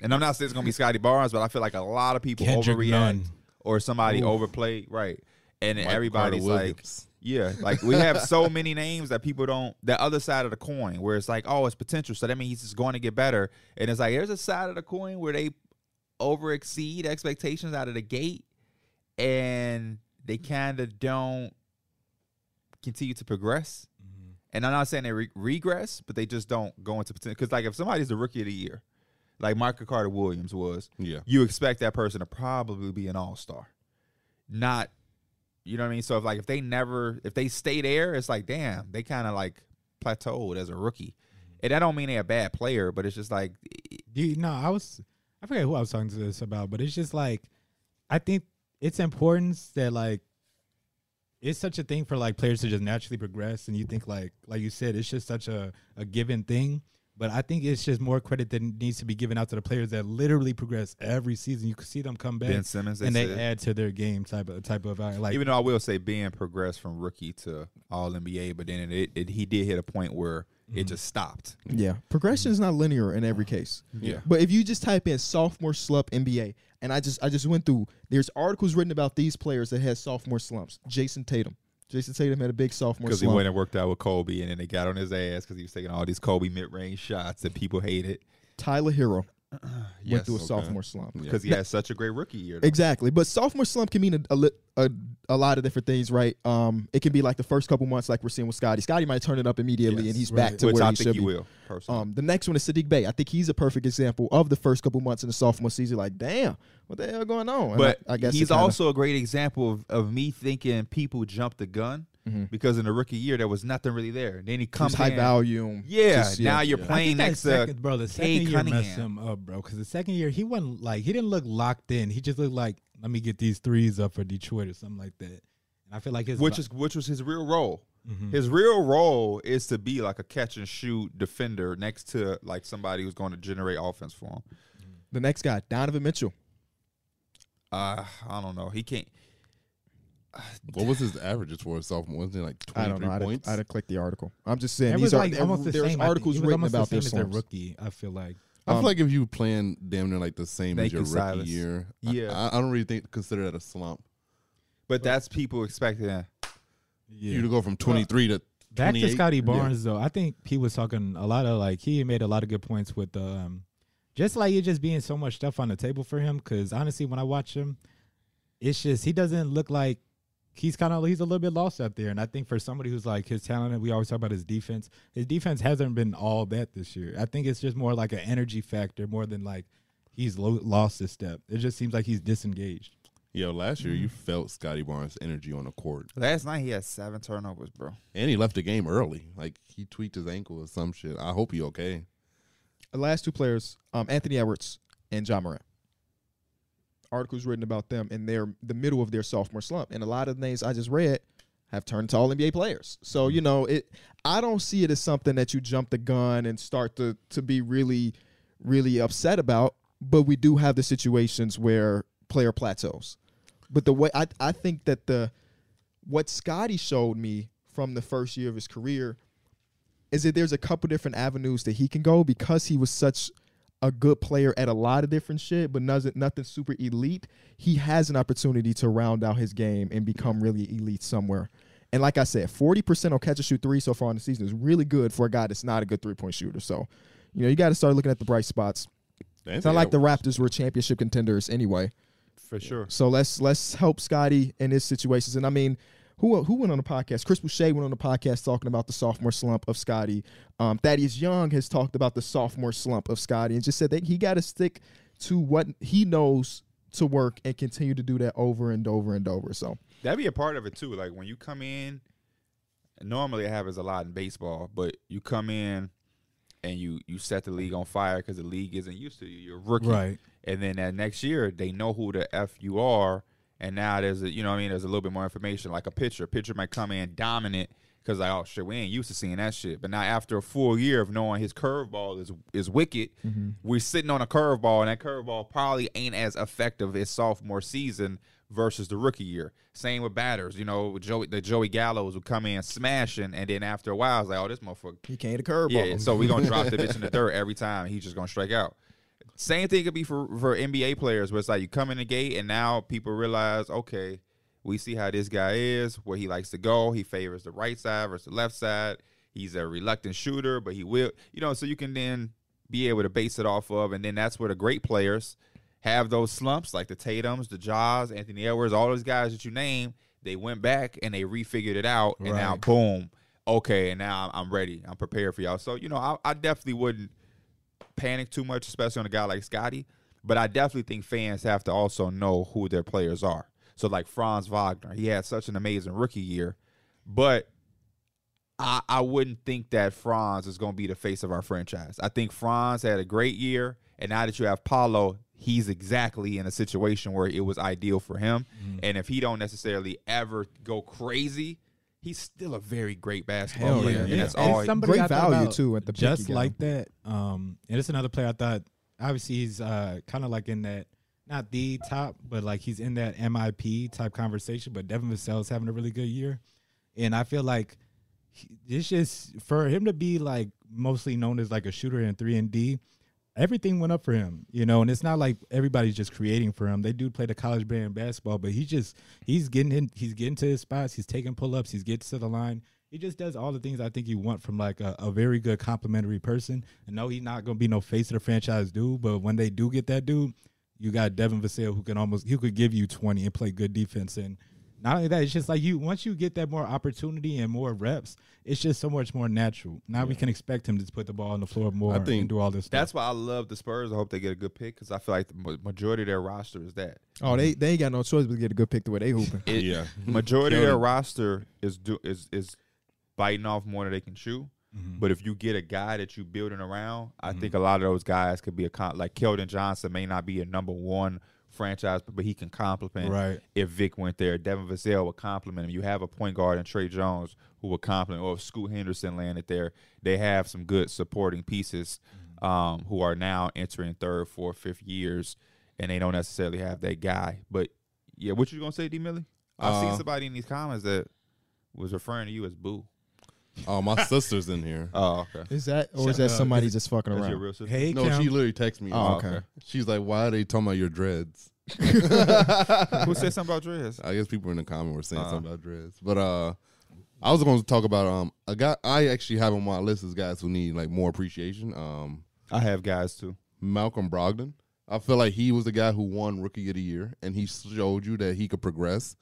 B: And I'm not saying it's gonna be Scotty Barnes, but I feel like a lot of people
C: Kendrick
B: overreact
C: Nunn.
B: or somebody overplayed, right? And
D: Mike
B: everybody's
D: Carter
B: like,
D: Williams.
B: yeah, like we have so [LAUGHS] many names that people don't. The other side of the coin, where it's like, oh, it's potential, so that means he's just going to get better. And it's like there's a side of the coin where they over exceed expectations out of the gate, and they kind of don't continue to progress.
C: Mm-hmm.
B: And I'm not saying they re- regress, but they just don't go into potential. Because like if somebody's the rookie of the year, like Michael Carter Williams was,
D: Yeah.
B: you expect that person to probably be an all star, not, you know what I mean. So if like if they never if they stay there, it's like damn, they kind of like plateaued as a rookie, and I don't mean they're a bad player, but it's just like e,
C: Do you no, I was I forget who I was talking to this about, but it's just like I think it's importance that like it's such a thing for like players to just naturally progress and you think like like you said, it's just such a, a given thing. But I think it's just more credit that needs to be given out to the players that literally progress every season. You can see them come back
B: Ben Simmons. They
C: and they
B: said.
C: add to their game type of type of uh, like
B: Even though I will say Ben progressed from rookie to All NBA, but then it, it he did hit a point where
C: Mm-hmm.
B: it just stopped.
A: Yeah, progression is not linear in every case.
B: Yeah.
A: but if you just type in sophomore slump NBA, and I just I just went through. There's articles written about these players that had sophomore slumps. Jason Tatum. Jason Tatum had a big sophomore
B: Because he
A: slump.
B: went and worked out with Kobe, and then they got on his ass because he was taking all these Kobe mid-range shots that people hated
A: Tyler Hero went
B: Uh, Yes.
A: through a
B: Okay.
A: sophomore slump.
B: because he had such a great rookie year. though.
A: Exactly, but sophomore slump can mean a, a, li- a, a lot of different things, right? Um, it can be like the first couple months, like we're seeing with Scotty. Scotty might turn it up immediately,
B: Yes.
A: and he's
C: Right.
A: back to
B: Which
A: where
B: I
A: he
B: think
A: should
B: he
A: be.
B: will. Personally,
A: Um, the next one is Sadiq Bay. I think he's a perfect example of the first couple months in the sophomore season. Like, damn, what the hell going on? And
B: but
A: I, I guess it
B: he's
A: kinda-
B: also a great example of, of me thinking people jumped the gun because in the rookie year there was nothing really there. Then he
A: he's
B: comes
A: Mm-hmm. high
B: in.
A: value.
B: Yeah,
A: Just,
B: now you're
C: I
B: playing
C: think that
B: next
A: uh,
C: second,
B: to
C: bro. The
B: Cade
C: second year messed
B: Cunningham.
C: him up, bro. Because the second year he wasn't like he didn't look locked in. He just looked like let me get these threes up for Detroit or something like that. And I feel like his
B: which
C: vi-
B: is which was his real role.
A: Mm-hmm.
B: His real role is to be like a catch and shoot defender next to like somebody who's going to generate offense for him.
A: The next guy, Donovan Mitchell.
B: Uh, I don't know. He can't.
D: What was his averages for a sophomore? Wasn't it like
A: I don't know.
D: 23
A: I'd have,
D: points?
A: I'd have clicked the article. I'm just saying
C: it
A: these
C: was
A: are
C: like
A: there-
C: almost the
A: there's
C: same. I think.
A: articles
C: It was
A: written
C: almost
A: about
C: the
A: their
C: same as their
A: slumps.
C: rookie. I feel like
D: I
A: Um,
D: feel like if you plan damn near like the same
B: Thank
D: as your
B: you,
D: rookie
B: Silas.
D: year, I-
B: Yeah.
D: I, I don't really think consider that a slump.
B: But that's people expecting. that.
D: You to go from twenty three to
C: Back to
D: 28?
C: Scotty
D: Yeah.
C: Barnes though, I think he was talking a lot of like he made a lot of good points with um, just like it just being so much stuff on the table for him. Because honestly, when I watch him, it's just he doesn't look like he's kind of he's a little bit lost out there. And I think for somebody who's like his talent, we always talk about his defense. His defense hasn't been all that this year. I think it's just more like an energy factor more than like he's lo- lost his step. It just seems like he's disengaged.
D: Yo, last year
A: Mm-hmm.
D: you felt Scotty Barnes' energy on the court,
B: Last night he had seven turnovers, bro.
D: and he left the game early. Like he tweaked his ankle or some shit. I hope he okay.
A: The last two players, um, Anthony Edwards and John Morant. Articles written about them in their the middle of their sophomore slump, and a lot of the names I just read have turned to all NBA players. So you know, it I don't see it as something that you jump the gun and start to to be really, really upset about. But we do have the situations where player plateaus. But the way I I think that the what Scotty showed me from the first year of his career is that there's a couple different avenues that he can go because he was such a good player at a lot of different shit, but nothing nothing super elite. He has an opportunity to round out his game and become really elite somewhere. And like I said, 40% on catch and shoot three so far in the season is really good for a guy that's not a good three point shooter. So, you know, you got to start looking at the bright spots. It's not like the Raptors were championship contenders anyway.
B: For sure.
A: So let's let's help Scotty in his situations. And I mean, who who went on the podcast? Chris Boucher went on the podcast talking about the sophomore slump of Scotty. Um, Thaddeus Young has talked about the sophomore slump of Scotty and just said that he got to stick to what he knows to work and continue to do that over and over and over. So
B: That'd be a part of it too. Like when you come in, normally it happens a lot in baseball, but you come in and you you set the league on fire because the league isn't used to you. You're a rookie,
C: Right.
B: And then that next year they know who the f you are, and now there's a you know what I mean there's a little bit more information. Like a pitcher, a pitcher might come in dominant because like oh shit we ain't used to seeing that shit, but now after a full year of knowing his curveball is is wicked, we're sitting on a curveball, and that curveball probably ain't as effective as sophomore season versus the rookie year. Same with batters, you know, Joey the Joey Gallows would come in smashing, and then after a while it's like oh this motherfucker
A: he came to curveball.
B: yeah, so we gonna drop the bitch in the dirt every time. He's just gonna strike out. Same thing could be for for NBA players, where it's like you come in the gate and now people realize, okay, we see how this guy is, where he likes to go. He favors the right side versus the left side. He's a reluctant shooter, but he will, you know. So you can then be able to base it off of, and then that's where the great players have those slumps, like the Tatum's, the Jaws, Anthony Edwards, all those guys that you name. They went back and they refigured it out, and now
C: Right.
B: boom, okay, and now I'm I'm ready. I'm prepared for y'all. So you know, I, I definitely wouldn't panic too much, especially on a guy like Scotty. But I definitely think fans have to also know who their players are. So like Franz Wagner, he had such an amazing rookie year, but I I wouldn't think that Franz is going to be the face of our franchise. I think Franz had a great year, and now that you have Paolo, he's exactly in a situation where it was ideal for him.
C: Mm-hmm.
B: And if he don't necessarily ever go crazy, he's still a very great basketball
C: Hell
B: player.
C: yeah.
B: And
C: Yeah.
B: that's
C: And
B: all. he-
C: somebody
A: Great
C: I thought
A: value,
C: about
A: too, at the pick
C: just
A: again.
C: like that. Um, and it's another player I thought. Obviously, he's uh, kind of like in that not the top, but like he's in that MIP type conversation. But Devin Vassell's having a really good year, and I feel like he- it's just for him to be like mostly known as like a shooter in three and D. Everything went up for him, you know, and it's not like everybody's just creating for him. They do play the college band basketball, but he's just he's getting in, he's getting to his spots, he's taking pull ups, he's getting to the line. He just does all the things I think you want from like a, a very good complimentary person. And no, he's not gonna be no face of the franchise dude, but when they do get that dude, you got Devin Vassell who can almost who could give you twenty and play good defense and not only that, it's just like you once you get that more opportunity and more reps, it's just so much more natural. Now we can expect him to put the ball on the floor more
D: think
C: and do all this
B: That's
C: stuff.
B: why I love the Spurs. I hope they get a good pick because I feel like the ma- majority of their roster is that.
A: Oh, they they ain't got no choice but to get a good pick the way they hooping.
B: It-
D: yeah. [LAUGHS]
B: Majority of
D: Killed
B: their
D: it.
B: roster is do is is biting off more than they can chew. But if you get a guy that you building around, I think a lot of those guys could be a con- like Keldon Johnson may not be a number one franchise, but, but he can complement.
C: Right.
B: If Vic went there, Devin Vassell would compliment him. You have a point guard in Trey Jones who would compliment, or if Scoot Henderson landed there, they have some good supporting pieces um, who are now entering third, fourth, fifth years, and they don't necessarily have that guy. But yeah, what you gonna say, D. Millie? I've seen
D: Uh,
B: somebody in these comments that was referring to you as Boo.
D: Oh, my sister's in
A: [LAUGHS]
D: here.
B: Oh, okay.
A: Is that or
C: Shut
A: is that
C: up.
A: somebody just fucking
B: That's your
A: around?
B: real sister.
C: Hey,
D: No,
C: Kim.
D: she literally texted me. Uh,
A: Oh,
B: okay.
A: okay.
D: She's like, "Why are they talking about your dreads?"
B: Who said something about dreads?
D: I guess people in the comment were saying
A: Uh-huh.
D: something about dreads, but uh, I was going to talk about um a guy I actually have on my list is guys who need like more appreciation. Um,
B: [LAUGHS] I have guys too.
D: Malcolm Brogdon. I feel like he was the guy who won Rookie of the Year, and he showed you that he could progress.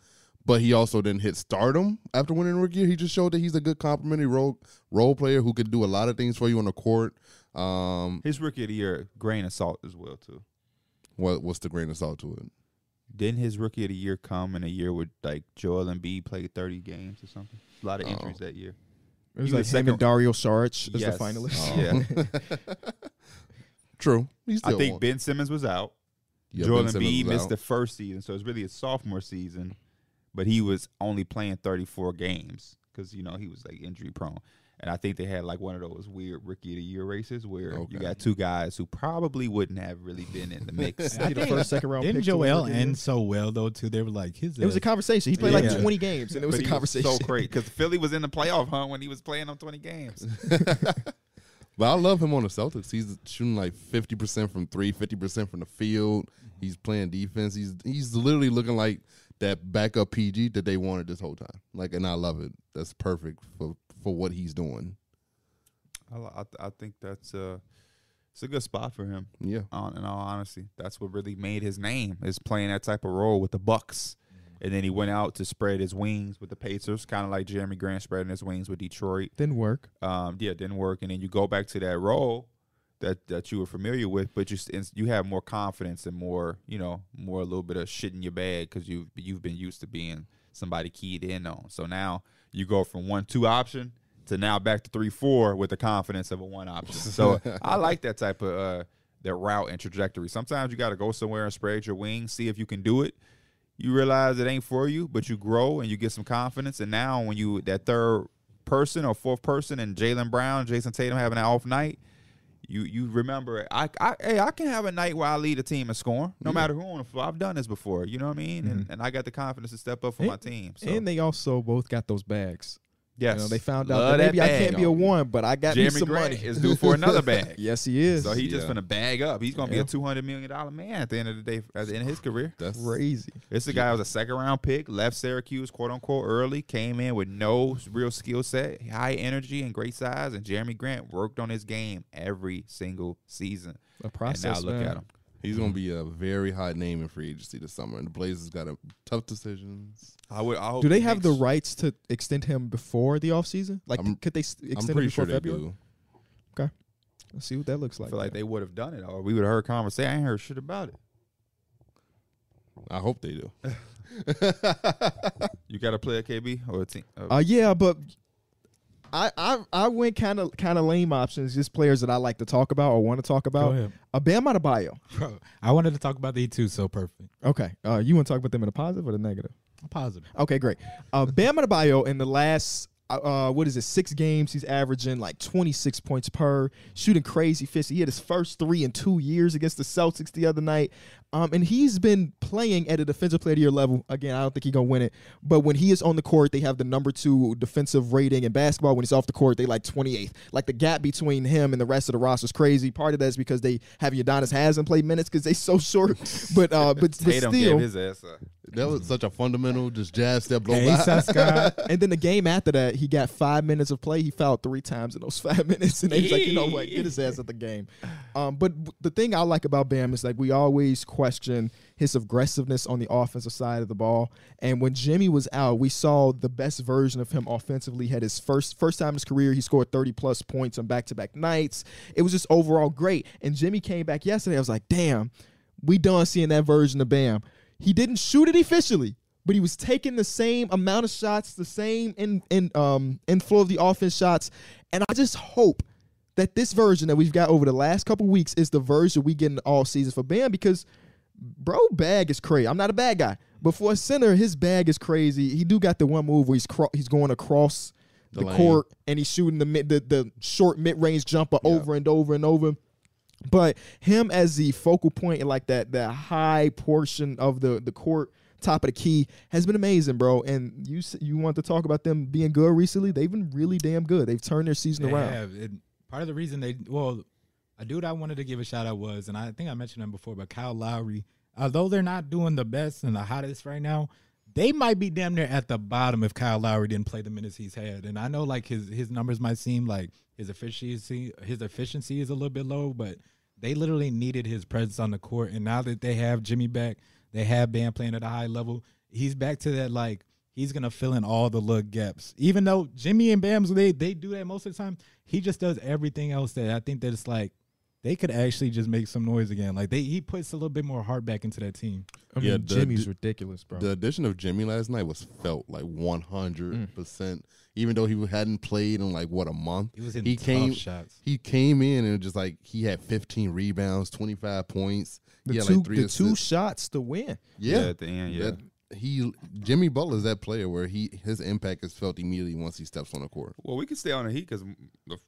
D: But he also didn't hit stardom after winning Rookie Year. He just showed that he's a good complimentary role role player who could do a lot of things for you on the court. Um,
B: His rookie of the year, grain of salt as well too.
D: what what's the grain of salt to it?
B: Didn't his rookie of the year come in a year where like Joel and B played thirty games or something? A lot of
D: Oh.
B: injuries that year.
A: It was
B: You
A: like
B: the
A: him
B: second-
A: and Dario Saric as
B: Yes. [LAUGHS]
A: the finalist.
B: Oh. Yeah.
D: True, he's
B: I
D: still
B: think
D: won.
B: Ben Simmons was out.
D: Yeah,
B: Joel
D: Ben
B: and
D: Simmons
B: B
D: was
B: missed
D: out.
B: the first season, so it's really his sophomore season, but he was only playing thirty four games because you know he was like injury prone. And I think they had like one of those weird rookie of the year races where
D: Okay.
B: you got two guys who probably wouldn't have really been in
A: [LAUGHS]
B: the mix.
A: He [LAUGHS] the first second round.
C: Didn't
A: pick to win
C: Joel
A: Rookie of the Year.
C: end so well though too? They were like his.
A: It was a
C: ass-
A: conversation. He played
C: Yeah.
A: like 20 games, and it was
B: But
A: a
B: he
A: conversation.
B: so crazy because Philly was in the playoff hunt when he was playing on twenty games.
D: But I love him on the Celtics. He's shooting like fifty percent from three, 50 percent from the field. He's playing defense. He's he's literally looking like that backup PG that they wanted this whole time. Like, and I love it. That's perfect for for what he's doing.
B: I, li- I, th- I think that's uh, it's a good spot for him.
D: Yeah,
B: On, in all honesty, that's what really made his name is playing that type of role with the Bucks, and then he went out to spread his wings with the Pacers, kind of like Jeremy Grant spreading his wings with Detroit.
A: Didn't work.
B: Um, yeah, it didn't work, and then you go back to that role that that you were familiar with, but you s- ins- you have more confidence and more you know more a little bit of shit in your bag because you you've been used to being somebody keyed in on. So now you go from one two option to now back to three four with the confidence of a one option. So I like that type of uh, that route and trajectory. Sometimes you got to go somewhere and spread your wings, see if you can do it. You realize it ain't for you, but you grow and you get some confidence. And now when you that third person or fourth person and Jalen Brown, Jason Tatum having an off night, you you remember I, I hey I can have a night where I lead a team in scoring, no matter who on the floor. I've done this before,
A: Mm-hmm.
B: you know what I mean, and, and I got the confidence to step up for my team. So
A: And they also both got those bags.
B: Yes.
A: You know, they found out
B: Love
A: that maybe
B: that
A: I can't
B: bag,
A: be a
B: dog.
A: one, but I got me
B: Jeremy
A: some
B: Grant
A: money.
B: is
A: [LAUGHS]
B: due for another bag.
A: yes, he is.
B: So he just
D: Yeah.
B: gonna bag up. He's gonna
A: Yeah.
B: be a two hundred million dollar man at the end of the day, at the end of his career.
D: That's
A: crazy.
B: It's the guy who was a second round pick, left Syracuse quote unquote early, came in with no real skill set, high energy and great size, and Jeremy Grant worked on his game every single season.
A: A process.
B: and now look
A: man.
B: at him.
D: He's gonna be a very hot name in free agency this summer, and the Blazers got a tough decisions.
B: I would. I hope
A: Do they
B: he
A: have the
B: makes-
A: rights to extend him before the offseason? Like,
D: I'm-
A: could they s-
D: I'm
A: extend him
D: pretty
A: before
D: sure they
A: February?
D: do.
A: Let's see what that looks
B: I
A: like.
B: feel like
A: man.
B: they would have done it, or we would have heard conversation. I ain't heard shit about it.
D: I hope they do.
B: You got to play a KB or a team. uh,
A: Uh, yeah, but I I I went kind of kind of lame options, just players that I like to talk about or want to talk
C: Go
A: about.
C: ahead.
A: A Bam Adebayo.
C: Bro, I wanted to talk about the E2 so perfect.
A: Okay, uh, you want to talk about them in a positive or the negative?
C: Positive.
A: Okay, great. Uh, Bam Adebayo in the last uh, uh, what is it? Six games, he's averaging like 26 points per, shooting crazy fist. He had his first three in two years against the Celtics the other night, um, and he's been playing at a defensive player of the year level. Again, I don't think he's gonna win it, but when he is on the court, they have the number two defensive rating in basketball. When he's off the court, they like 28th. Like the gap between him and the rest of the roster is crazy. Part of that is because they have Udonis hasn't played minutes because they so short, [LAUGHS] but uh, but, but
B: Tatum
A: still.
B: gave his ass up.
D: That was such a fundamental, just jab step blow.
C: Hey,
D: by.
C: Saskar.
A: [LAUGHS] And then the game after that, he got five minutes of play. He fouled three times in those [LAUGHS] five minutes, and they was like, you know what, get his ass at the game. Um, but w- the thing I like about Bam is like we always question his aggressiveness on the offensive side of the ball. And when Jimmy was out, we saw the best version of him offensively. Had his first first time in his career, he scored thirty plus points on back to back nights. It was just overall great. And Jimmy came back yesterday. I was like, damn, we done seeing that version of Bam. He didn't shoot it efficiently but he was taking the same amount of shots, the same in in um in flow of the offense shots, and I just hope that this version that we've got over the last couple weeks is the version we get in the all season for Bam because bro bag is crazy. I'm not a bad guy, but for a center, his bag is crazy. He do got the one move where he's cro- he's going across
D: The
A: the,
D: lane.
A: court and he's shooting the mid, the, the short mid range jumper over and over and over. But him as the focal point and like that that high portion of the the court top of the key has been amazing, bro. And you s- you want to talk about them being good recently? They've been really damn good. They've turned their season
C: They
A: around.
C: have. And part of the reason they well, a dude I wanted to give a shout out was, and I think I mentioned him before, but Kyle Lowry. Although they're not doing the best and the hottest right now, they might be damn near at the bottom if Kyle Lowry didn't play the minutes he's had. And I know like his his numbers might seem like his efficiency his efficiency is a little bit low, but they literally needed his presence on the court. And now that they have Jimmy back, they have Bam playing at a high level. He's back to that like he's gonna fill in all the little gaps. Even though Jimmy and Bam's they they do that most of the time, he just does everything else that I think that it's like they could actually just make some noise again. Like they he puts a little bit more heart back into that team.
A: I
D: mean, Yeah, the- Jimmy's
A: ridiculous, bro.
D: The addition of Jimmy last night was felt like 100%.
A: Mm.
D: Even though he hadn't played in like what a month,
C: He was in
D: He
C: tough
D: came-
C: shots.
D: he came in and just like he had 15 rebounds, 25 points.
A: the
D: he had
A: two
D: like three
A: the two
D: assists.
A: shots to
D: [LAUGHS]
A: win.
D: yeah.
B: at the end, yeah.
D: That- he Jimmy Butler is that player where he his impact is felt immediately once he steps on the court.
B: Well, we can stay on the Heat because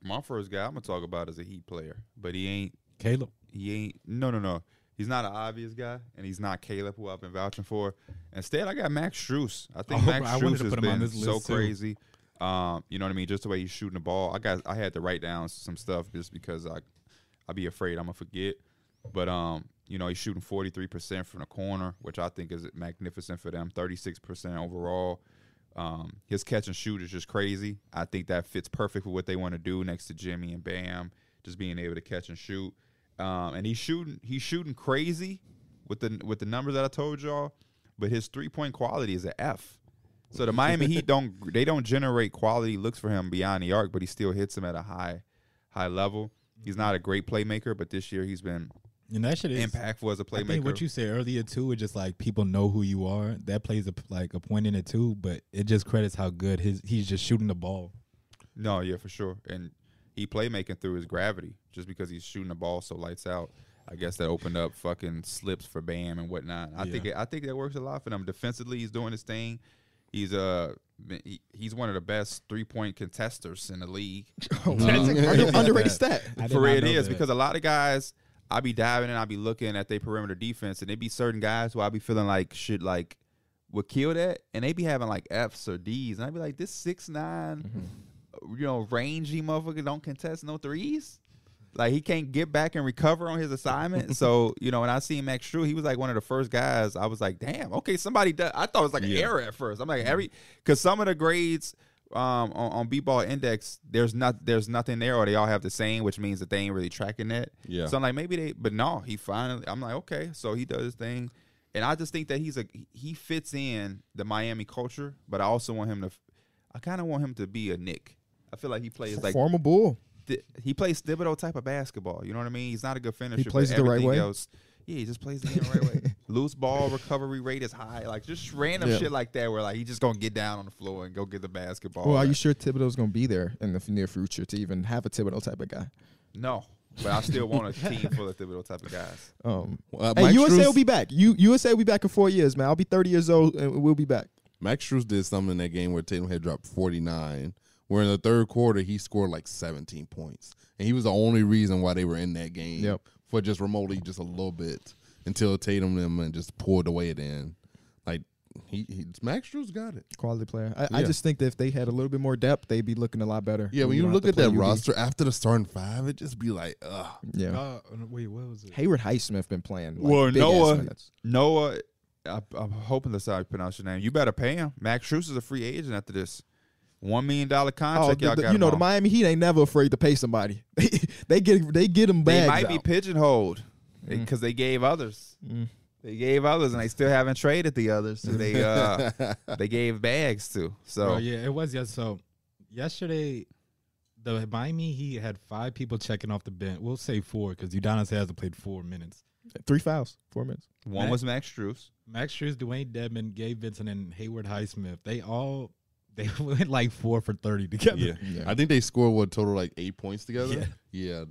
B: my first guy I'm gonna talk about is a Heat player, but he ain't.
C: Caleb.
B: He ain't. No, no, no. He's not an obvious guy, and he's not Caleb, who I've been vouching for. Instead, I got Max Struess. I think
C: Oh,
B: Max
C: bro, I
B: Struess
C: wanted
B: has
C: to put him
B: been
C: on this
B: so
C: list, too.
B: crazy. Um, you know what I mean? Just the way he's shooting the ball. I got. I had to write down some stuff just because I, I'd be afraid I'm gonna forget. But um, you know, he's shooting 43% from the corner, which I think is magnificent for them. 36% overall. Um, his catch and shoot is just crazy. I think that fits perfect with what they want to do next to Jimmy and Bam, just being able to catch and shoot. Um, and he's shooting, he's shooting crazy with the with the numbers that I told y'all. But his three point quality is an F. So the Miami
C: [LAUGHS]
B: Heat don't they don't generate quality looks for him beyond the arc, but he still hits him at a high high level. He's not a great playmaker, but this year he's been
C: And that shit is
B: impactful as a
C: I think
B: playmaker.
C: what you said earlier too is just like people know who you are. That plays a, p- like a point in it too, but it just credits how good his he's just shooting the ball.
B: no, yeah, for sure. And he playmaking through his gravity, just because he's shooting the ball so lights out. I guess that opened up fucking slips for Bam and whatnot. I think it, I think that works a lot for them defensively. He's doing his thing. He's uh he, he's one of the best three point contesters in the league.
A: That's an under- underrated stat.
C: I did
B: for
C: not
B: real it
C: know
B: is
C: that.
B: because a lot of guys I be diving and I be looking at their perimeter defense and they be certain guys who I be feeling like shit like would kill that, and they be having like Fs or Ds, and I'd be like, this six
C: Mm-hmm.
B: you know, rangy motherfucker don't contest no threes. Like he can't get back and recover on his assignment. so you know, when I seen Max Shrew, he was like one of the first guys. I was like, damn, okay, somebody does. I thought it was like an error at first. I'm like every because some of the grades um on, on b-ball index there's not there's nothing there or they all have the same which means that they ain't really tracking it
D: Yeah.
B: so i'm like maybe they but no he finally i'm like okay so he does his thing and i just think that he's a he fits in the miami culture but i also want him to i kind of want him to be a nick i feel like he plays like
A: Former bull.
B: th- he plays Thibodeau type of basketball. You know what I mean? He's not a good finisher. but
A: plays it the right
B: everything
A: way?
B: Else, yeah, he just plays it the
A: [LAUGHS]
B: right way. Loose ball recovery rate is high. Like just random
A: Yeah.
B: shit like that, where like he just gonna get down on the floor and go get the basketball.
A: Well, are
B: Like,
A: you sure Thibodeau's gonna be there in the f- near future to even have a Thibodeau type of guy?
B: no, but I still want a
A: [LAUGHS]
B: team full of Thibodeau type of guys.
A: Um,
D: Uh,
A: hey,
D: Mike
A: USA
D: Strus-
A: will be back. You USA will be back in four years, man. I'll be thirty years old and we'll be back.
D: Max Struz did something in that game where Tatum had dropped 49, where in the third quarter he scored like 17 points. And he was the only reason why they were in that game
A: Yep.
D: for just remotely just a little bit until Tatum and them and just pulled away at the end. Like, he, he Max Struz got it.
A: Quality player. I, I
D: Yeah.
A: just think that if they had a little bit more depth, they'd be looking a lot better.
D: Yeah,
A: And
D: when you
A: don't have
D: look
A: to
D: at
A: play
D: that
A: UD.
D: roster after the starting five, it just be like,
A: [LAUGHS]
D: ugh.
A: yeah.
C: Uh, wait, what was it?
A: Hayward Highsmith been playing. Like,
B: Well,
A: big ass
B: Noah-
A: minutes.
B: Noah, I, I'm hoping that's how you pronounce your name. You better pay him. Max Schuster is a free agent after this. One million dollar
A: Oh,
B: contract.
A: the-
B: y'all
A: the-
B: got
A: you
B: him
A: know the
B: on.
A: Miami Heat ain't never afraid to pay somebody. [LAUGHS] they get they get them bags.
B: They might be
A: out. Mm.
B: pigeonholed because they gave others. They gave others, and they still haven't traded the others who they
A: [LAUGHS]
B: uh, they gave bags to. So
C: Oh yeah, it was yes. So yesterday, the Miami Heat had five people checking off the bench. We'll say four because Udonis hasn't played four minutes.
A: Three fouls, four minutes.
B: one
C: Mac-
B: was Max Struess.
C: Max Struz, Dwayne Dedman, Gabe Vincent, and Hayward Highsmith. They all [LAUGHS] they went like four for thirty together.
D: Yeah.
A: Yeah.
D: I think they scored what total like eight points together. Yeah,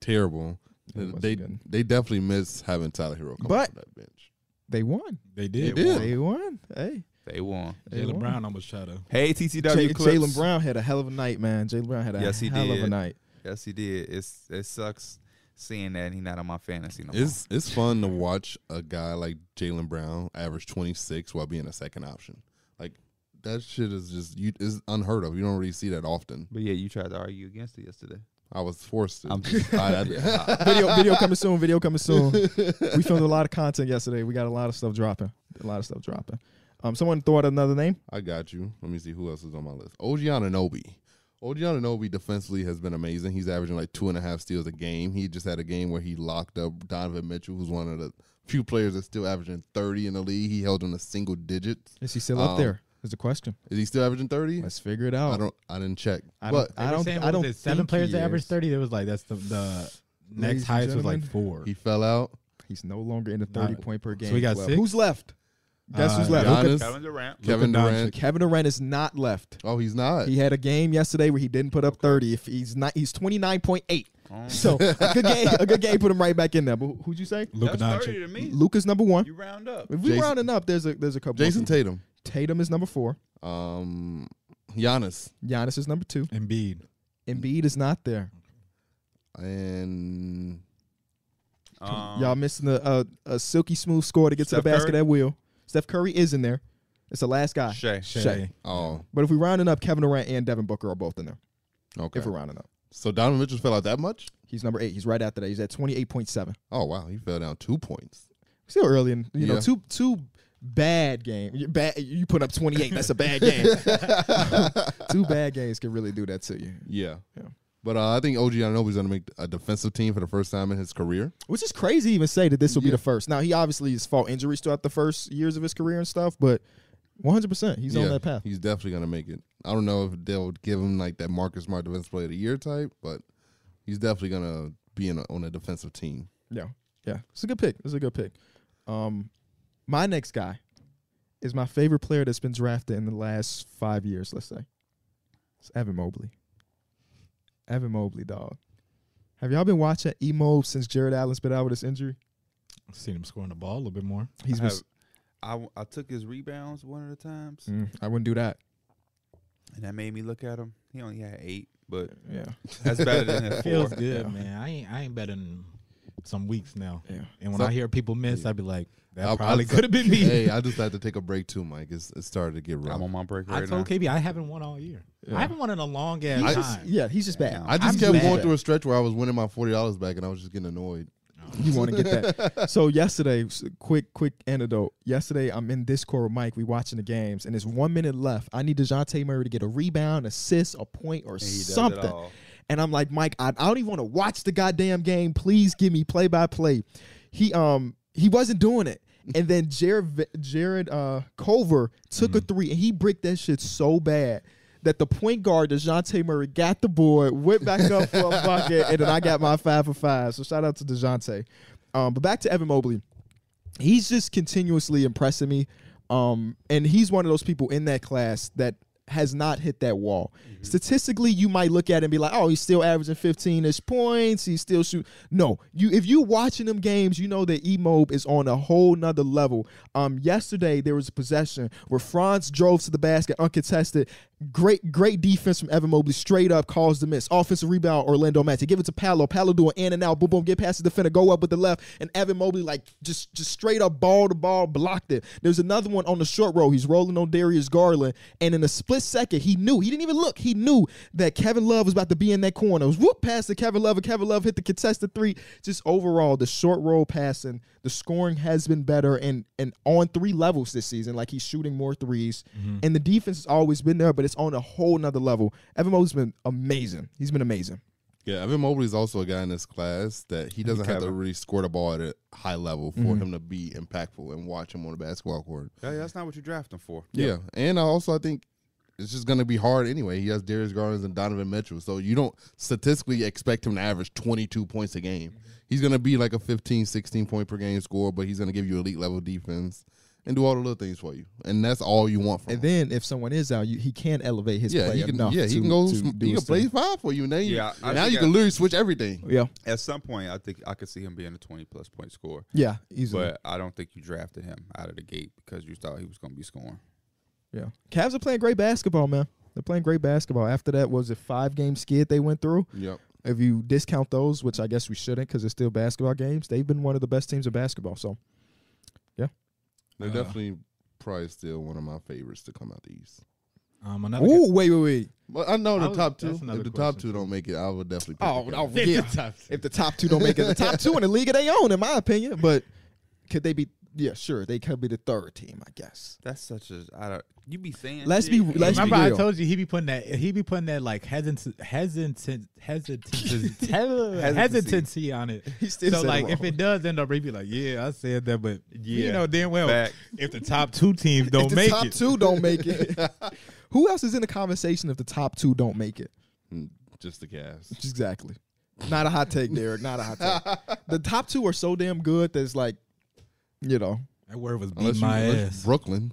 D: terrible.
A: It wasn't
D: They
A: good.
D: they definitely miss having Tyler Hero come
A: But-
D: off that bench.
A: They won.
C: They did.
D: They did.
A: They won. Hey,
B: They won.
A: they
C: Jalen
A: won.
C: Brown almost tried to.
B: Hey, TTW
A: J-
B: Clips.
A: Jalen Brown had a hell of a night, man. Jalen Brown had a
B: Yes, he
A: hell of a
B: did.
A: night.
B: Yes, he did. It's it sucks seeing that he's not on my fantasy no more.
D: It's it's fun to watch a guy like Jalen Brown average twenty six while being a second option. Like that shit is just you is unheard of. You don't really see that often.
B: But yeah, you tried to argue against it yesterday.
D: I was forced to.
B: I'm just-
D: [LAUGHS] I- I-
B: [LAUGHS]
A: Video, video coming soon. Video coming
D: [LAUGHS]
A: soon. we filmed a lot of content yesterday. We got a lot of stuff dropping. A lot of stuff dropping. Um, someone throw out another name.
D: I got you. Let me see who else is on my list. OG Ananobi. OG Ananobi defensively has been amazing. He's averaging like two and a half steals a game. He just had a game where he locked up Donovan Mitchell, who's one of the few players that's still averaging 30 in the league. He held him to single digits.
A: Is he still up
D: Um,
A: there? Is the question.
D: Is he still averaging 30?
A: Let's figure it
B: Oh.
A: out.
D: I don't I didn't check.
A: I
D: but
A: don't-
C: They were saying, what was it, seven
A: think
C: players
A: he
C: that average
A: is.
C: thirty. It was like that's the the
A: Ladies
C: next
A: and
C: highest was like
A: gentlemen,
C: four.
D: he fell out.
A: He's no longer in the thirty
C: Nah.
A: point per game.
C: we got
A: club.
C: six?
A: Who's left? Guess who's
C: Uh,
A: left? Luka-
D: Giannis,
B: Kevin Durant.
D: Kevin
C: Luka
D: Durant.
A: Kevin Durant is not left.
D: Oh, he's not.
A: He had a game yesterday where he didn't put up thirty. If he's not, he's twenty nine point eight.
D: Oh.
A: So a good game, a good game put him right back in there. But who- who'd you say?
C: Luka
B: That's thirty
C: Doncic.
B: to me.
A: Luca's number one.
B: You round up.
A: If we
D: Jason-
A: rounding up, there's a there's a couple.
D: Jason
A: Tatum.
D: Tatum.
A: Tatum is number four.
D: Um Giannis.
A: Giannis is number two.
C: Embiid.
A: Embiid is not there.
D: And
B: Um,
A: Y'all missing a, a, a silky smooth score to get to
B: Steph
A: the basket
B: Curry?
A: at will. Steph Curry is in there. It's the last guy.
B: Shay.
C: Shea.
A: Shea.
D: oh
A: But if we rounding up, Kevin Durant and Devin Booker are both in there.
D: okay.
A: If we're rounding up,
D: So Donovan Mitchell fell out that much?
A: he's number eight. He's right after that. He's at twenty eight point seven.
D: Oh wow, he fell down two points.
A: Still early, in, you
D: Yeah.
A: know, two two bad game. You bad. You put up twenty eight. That's a bad [LAUGHS] game. two bad games can really do that to you,
D: Yeah.
A: Yeah.
D: But uh, I think OG Ananobi's going to make a defensive team for the first time in his career.
A: which is crazy. to Even say that this will be
D: Yeah.
A: the first. Now he obviously has fought injuries throughout the first years of his career and stuff, but one hundred percent, he's on
D: Yeah,
A: that path.
D: He's definitely going to make it. I don't know if they'll give him like that Marcus Smart Defensive Player of the Year type, but he's definitely going to be in a, on a
A: [LAUGHS]
D: defensive team.
A: Yeah, yeah, it's a good pick. It's a good pick. Um, my next guy is my favorite player that's been drafted in the last five years. Let's say it's Evan Mobley. Evan Mobley, dog. Have y'all been watching Emo since Jared Allen's been out with his injury?
C: I've seen him scoring the ball a little bit more.
A: He's
B: I,
A: been.
B: have- I w- I took his rebounds one of the times,
A: Mm, I wouldn't do that.
B: and that made me look at him. He only had eight, but
A: Yeah. [LAUGHS]
B: that's better than his four.
C: Feels good, man. I ain't I ain't better than some weeks now.
A: Yeah.
C: And when
D: So-
C: I hear people miss, I'd be like, that
D: I- I-
C: probably could have been me.
D: hey, I just had to take a break too, Mike. It's, it started to get rough.
B: I'm on my break
C: I
B: right now.
C: told KB I haven't won all year.
A: Yeah.
C: I haven't won in a long ass time.
D: I just-
A: Yeah, he's just bad.
D: I just
C: I'm
D: kept
C: mad.
D: going through a stretch where I was winning my forty dollars back, and I was just getting annoyed.
A: You want to get
B: [LAUGHS]
A: that. so yesterday, s- quick, quick antidote. Yesterday, I'm in Discord with Mike. We watching the games, and there's one minute left. I need Dejounte Murray to get a rebound, assist, a point, or
B: does it
A: something.
B: all.
A: And I'm like, Mike, I, I don't even want to watch the goddamn game. Please give me play by play. He um he wasn't doing it. And then Jared V- Jared uh Culver took a three, and he bricked that shit so bad. That the point guard Dejounte Murray got the board, went back up for a bucket, and then I got my five for five. So shout out to Dejounte. Um, but back to Evan Mobley he's just continuously impressing me. Um, and he's one of those people in that class that has not hit that wall. Statistically, you might look at it and be like, "Oh, he's still averaging 15ish points. He's still shoot." No, you if you watching them games, you know that Emob is on a whole nother level. Um, yesterday there was a possession where Franz drove to the basket uncontested. Great, great defense from Evan Mobley. Straight up caused the miss. Offensive rebound, Orlando Magic. Give it to Palo. Palo do an in and out. Boom, boom. Get past the defender. Go up with the left. And Evan Mobley like just just straight up ball to ball blocked it. There's another one on the short row. He's rolling on Darius Garland. And in a split second, he knew. He didn't even look. He knew that Kevin Love was about to be in that corner. It was whoop past the Kevin Love. And Kevin Love hit the contested three. Just overall, the short row passing, the scoring has been better and and on three levels this season. Like he's shooting more 3s And the defense has always been there, but it's on a whole nother level. Evan Mobley's been amazing. He's been amazing.
D: Yeah, Evan Mobley's also a guy in this class that he doesn't have to
B: Kevin.
D: really score the ball at a high level for him to be impactful and watch him on the basketball court.
B: Hey, that's not what you draft him for.
D: Yeah, and I also I think it's just going to be hard anyway. He has Darius Garland and Donovan Mitchell, so you don't statistically expect him to average 22 points a game. He's going to be like a 15, 16 point per game score, but he's going to give you elite level defense and do all the little things for you, and that's all you want from
A: And
D: him.
A: then if someone is out, you, he can elevate his
D: Yeah,
A: play
D: he can.
A: enough.
D: Yeah, he
A: to-
D: can go.
A: to
D: sm-
A: do
D: He can
A: his
D: play
A: thing.
D: five for you. And then you-
B: Yeah, I
D: now
B: think
D: you
B: I-
D: can literally switch everything.
A: Yeah,
B: At some point, I think I could see him being a 20 plus point scorer,
A: yeah, easily.
B: but I don't think you drafted him out of the gate because you thought he was going to be scoring.
A: yeah, Cavs are playing great basketball, man. They're playing great basketball. After that was a five game skid they went through.
D: Yep.
A: If you discount those, which I guess we shouldn't, because it's still basketball games. They've been one of the best teams in basketball. So
D: They're
C: Uh,
D: definitely probably still one of my favorites to come out the East.
C: um, another guy-
A: ooh, wait, wait,
D: [LAUGHS]
A: wait.
D: But I know
C: I
D: the
C: was-
D: top two.
C: that's
D: If
C: another
D: the top
C: question.
D: two don't make it, I would definitely. Pick
A: Oh,
D: the
A: oh,
D: Cavs.
A: yeah. If the top two don't make it, the top two in the league of their own, in my opinion. But could they be? Yeah, sure, they could be the third team, I guess.
B: That's such a I don't. You be saying.
A: Let's be-
B: shit.
A: let's be
C: Remember, I
A: real.
C: told you he be putting that. He be putting that like hesitant, hesitant, hesitancy, hesitancy on it.
A: He still
C: so
A: said it
C: like,
A: wrong.
C: if it does end up, he'd be like, "Yeah, I said that," but you
B: Yeah.
C: know, damn well,
B: Fact.
C: if the top two teams don't
A: if the
C: make
A: top
C: it,
A: two don't make
C: [LAUGHS]
A: it, who else is in the conversation if the top two don't make it?
D: Mm, Just the Cavs.
A: Exactly. Not a hot take, Derek. Not a hot
C: [LAUGHS]
A: take. the top two are so damn good that it's like, you know,
C: that word was beating
D: Unless you,
C: my
D: unless
C: ass.
D: Brooklyn.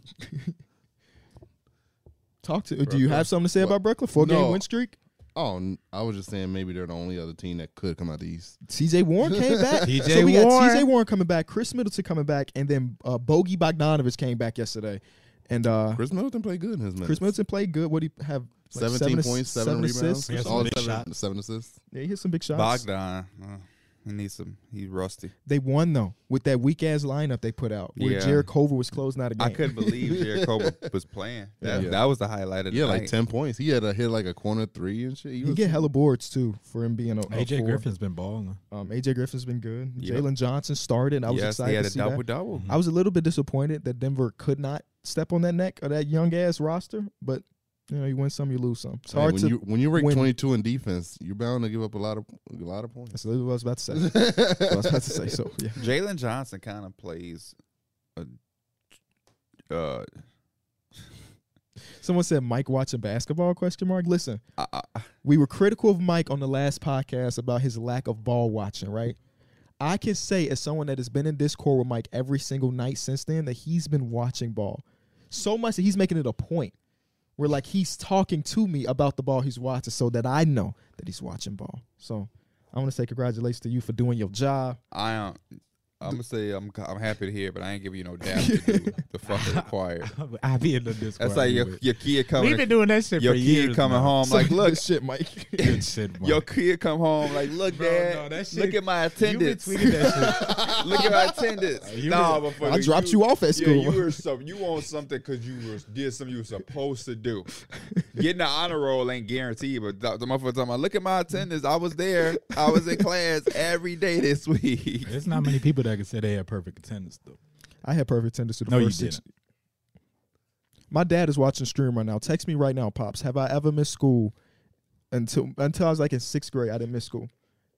A: talk to. Do you have something to say about Brooklyn? Four game
D: No.
A: win streak.
D: Oh, n- I was just saying maybe they're the only other team that could come out the East.
A: T.J. Warren came
C: [LAUGHS]
A: back.
C: T.J.
A: So we got
C: Warren.
A: T.J. Warren coming back. Chris Middleton coming back, and then uh, Bogey Bogdanovich came back yesterday, and uh,
D: Chris Middleton played good in his minutes.
A: Chris Middleton played good. What do you have? like,
D: seventeen
A: ass-
D: points, seven,
A: assists?
D: rebounds,
C: He had some
D: all
C: big
D: seven,
C: shots.
D: seven assists.
A: Yeah, he hit some big shots.
B: Bogdan. Uh, he needs some. He's rusty.
A: They won though with that weak ass lineup they put out where
B: Yeah.
A: Jared Culver was closing out a game.
B: I couldn't believe Jared Culver [LAUGHS] was playing. That,
D: Yeah.
B: that was the highlight of the
D: Yeah, like
B: night.
D: ten points. He had a hit like a corner three and shit. He
A: You
D: was
A: get hella boards too for him being a a
C: AJ
A: four.
C: Griffin's been balling. [LAUGHS]
A: Um, AJ Griffin's been good.
B: Yep.
A: Jalen Johnson started. I was
B: yes,
A: excited
B: he had
A: to
B: a
A: see
B: double
A: that.
B: double.
A: I was a little bit disappointed that Denver could not step on that neck of that young ass roster, but you know you win some, you lose some. It's
D: Hey,
A: hard
D: when
A: to.
D: you when you rank
A: win.
D: twenty two in defense, you're bound to give up a lot of a lot of points.
A: that's literally what I was about to say. [LAUGHS] That's what I was about to say. So yeah,
B: Jalen Johnson kind of plays. A, uh,
A: someone said Mike watching basketball? Question mark. Listen,
B: I, I,
A: we were critical of Mike on the last podcast about his lack of ball watching, right? I can say, as someone that has been in Discord with Mike every single night since then, that he's been watching ball so much that he's making it a point where, like, he's talking to me about the ball he's watching so that I know that he's watching ball. So I want to say congratulations to you for doing your job.
B: I don't. I'm gonna say I'm I'm happy to hear, but I ain't giving
A: [LAUGHS]
B: you no damn to do the fucking required.
C: I be in the Discord.
B: That's like your, your kid coming.
C: We've been doing that shit
B: your
C: for
B: kid
C: years.
B: coming
C: now.
B: home like, look,
A: this shit, Mike.
C: Good shit,
B: your
C: Mike.
B: kid come home like, look,
C: Bro,
B: dad,
C: no, that
B: look
C: shit-
B: at my
C: you been
B: attendance.
C: tweeting that
B: [LAUGHS]
C: shit.
B: look at my attendance.
C: [LAUGHS] You
B: nah,
C: been-
B: motherfucker,
A: [LAUGHS] I dropped you off at
B: Yeah,
A: school.
B: you were some, you on something because you were, did something you were supposed to do. Getting the honor roll ain't guaranteed, but the, the motherfucker talking about, look at my attendance. I was there. I was in class every day this
C: [LAUGHS]
B: week.
C: There's not many people that can say they had perfect attendance though.
A: I had perfect attendance to the
C: No, you
A: first six. My dad is watching stream right now. Text me right now, pops. Have I ever missed school until until I was like in sixth grade? I didn't miss school.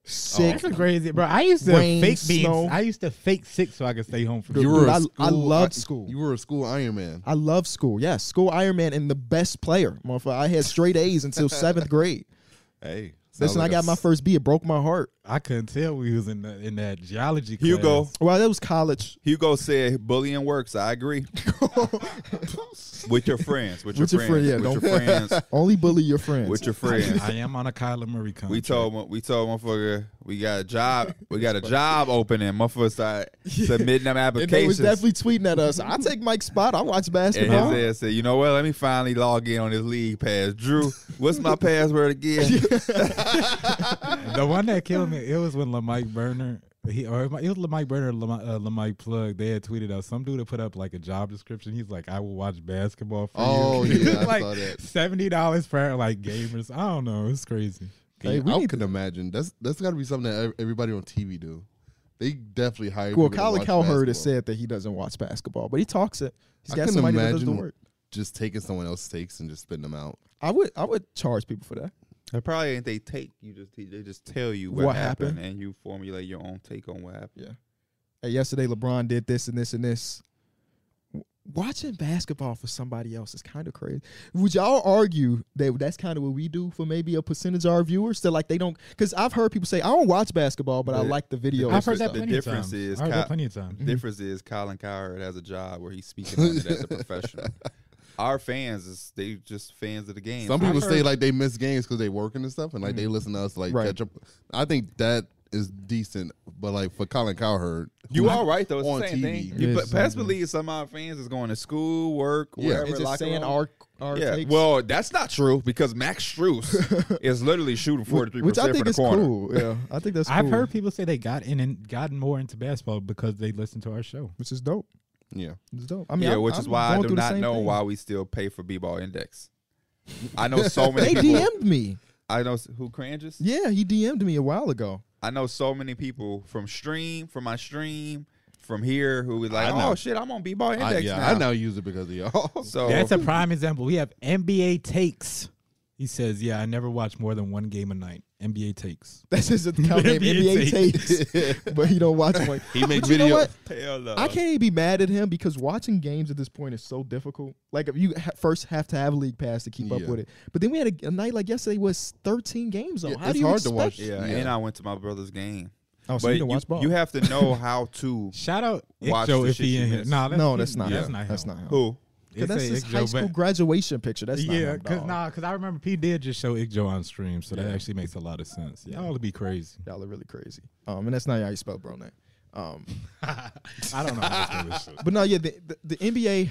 A: Sixth
C: Oh, That's a crazy, bro. I used to
A: Rain,
C: fake being.
A: snow.
C: I used to fake sick so I could stay home from
A: Dude,
D: You were. a
A: I- I
D: school-
A: loved school.
D: You were a school Iron Man.
A: I love school. Yeah, school Iron Man and the best player. Motherfucker, I had straight A's
C: [LAUGHS]
A: until seventh grade.
D: Hey, sounds
A: Listen,
D: like
A: I got
D: a
A: my first B. It broke my heart.
C: I couldn't tell we was in the, in that geology. Class.
B: Hugo.
A: Well, that was college.
B: Hugo said bullying works. I agree.
A: [LAUGHS]
B: with your friends. With,
A: With
B: your,
A: your
B: friends.
A: friend, yeah,
B: with
A: don't- [LAUGHS]
B: your friends.
A: Only bully your friends.
B: with your friends.
C: I am on a Kyler Murray contract.
B: We told mo- we told motherfucker we got a job we got a job opening. Motherfucker started submitting them
A: and they was
B: applications.
A: definitely tweeting at us. I take Mike's spot. I watch
B: And
A: basketball.
B: his ass said, "You know what? Let me finally log in on this league pass. Drew, what's my
A: [LAUGHS]
B: password again?
C: the one that killed me. It was when LaMike Burner. He or it might- it was LaMike Burner, Lamike, uh, LaMike Plug. They had tweeted out some dude had put up like a job description. He's like, I will watch basketball for [LAUGHS]
D: Oh,
C: you.
D: yeah,
A: [LAUGHS]
D: I
C: like
D: saw that.
C: seventy dollars per like gamers. I don't know. It's crazy.
D: Can
A: Hey,
D: you-
A: we
D: I
A: need
D: can imagine. That's that's got to be something that ev- everybody on TV do. They definitely hire.
A: well,
D: people to
A: Colin
D: watch
A: Cowherd has
D: basketball.
A: said that he doesn't watch basketball, but he talks it. He's
D: I
A: got
D: couldn't
A: somebody that does the
D: imagine-
A: work.
D: just taking someone else's takes and just spitting them out.
A: I would I would charge people for that.
B: It probably ain't they take you just they just tell you what,
A: What
B: happened,
A: happened?
B: and you formulate your own take on what happened.
A: Hey, yesterday LeBron did this and this and this. W- Watching basketball for somebody else is kind of crazy. Would y'all argue that that's kind of what we do for maybe a percentage of our viewers? That like they don't, because I've heard people say I don't watch basketball, but I
B: The-
A: like the video.
C: I've heard that
B: the
C: plenty of
B: difference
C: times.
B: is
C: I heard
B: Ky-
C: that plenty of times.
A: Mm-hmm.
B: Difference is Colin Cowherd has a job where he's speaking on it
A: [LAUGHS]
B: as a professional. Our fans is they just fans of the game.
D: Some
B: I
D: people say
B: heard-
D: like they miss games because they working and stuff, and like they listen to us like
A: Mm. Right.
D: catch up. I think that is decent, but like for Colin Cowherd,
B: you are right though. It's
D: on
B: the same
D: TV.
B: thing. You,
A: It
B: but
A: is the same
B: best
A: thing.
B: believe some of our fans is going to school, work,
D: Yeah.
B: wherever.
A: It's just
B: locker
A: saying
B: room.
A: our our
B: yeah,
A: takes.
B: well, that's not true because Max
A: [LAUGHS]
B: Struess is literally shooting forty three
A: which I
B: percent
A: think
B: from the
A: is
B: corner.
A: cool. Yeah, I think that's.
C: I've
A: cool,
C: heard people say they got in and gotten more into basketball because they listened to our show.
A: which is dope.
D: yeah.
A: It's dope. I mean,
B: yeah,
A: I'm-
B: which
A: I'm
B: is why I
A: going
B: do
A: through the
B: not
A: same
B: know
A: thing.
B: why we still pay for B-ball index. I know so many
A: They
B: people.
A: DM'd me.
B: I know s- who Cranges.
A: Yeah, he DM'd me a while ago. [LAUGHS]
B: I know so many people from stream, from my stream, from here who was
D: I
B: like,
D: know.
B: "Oh shit, I'm on B-ball index
D: I, yeah,
B: now."
D: I now use it because of
B: [LAUGHS]
D: y'all.
B: So
C: That's a prime example. We have NBA takes. He says, "Yeah, I never watch more than one game a night. NBA takes."
A: That's
D: [LAUGHS]
A: his account name, NBA Tapes. [LAUGHS] but he don't watch one.
D: he make
A: But you know
D: video.
A: what?
B: hell no.
A: I can't even be mad at him because watching games at this point is so difficult. Like if you ha- first have to have a league pass to keep up
D: Yeah.
A: with it. But then we had a, a night like yesterday was 13 games though.
D: Yeah,
A: How
D: it's
A: do you
D: hard to
A: expect?
D: watch.
B: Yeah,
D: Yeah.
B: and I went to my brother's game.
A: Oh, so
B: but
A: you don't watch ball?
B: you have to know how
A: [LAUGHS]
B: to
C: Shout out
B: Watch
C: Joe
B: the
C: if
B: shit
C: he
B: you
C: in here.
B: missed.
C: Nah,
A: no, that's not.
C: That's
A: him.
C: not. him.
A: That's not. Him.
B: who
C: It
A: Cause that's
C: say
A: his
C: Ick
A: high
C: Joe,
A: school
C: but-
A: graduation picture. That's not
C: yeah,
A: him,
C: because
A: dawg.
C: nah, because I remember P did just show Ick Joe on stream, so that actually makes a lot of sense. Y'all would be crazy.
A: y'all are really crazy. Um, and that's not how you spell bro name. Um,
C: I don't know.
A: [LAUGHS]
C: How to spell this
A: But no, yeah, the, the, the NBA,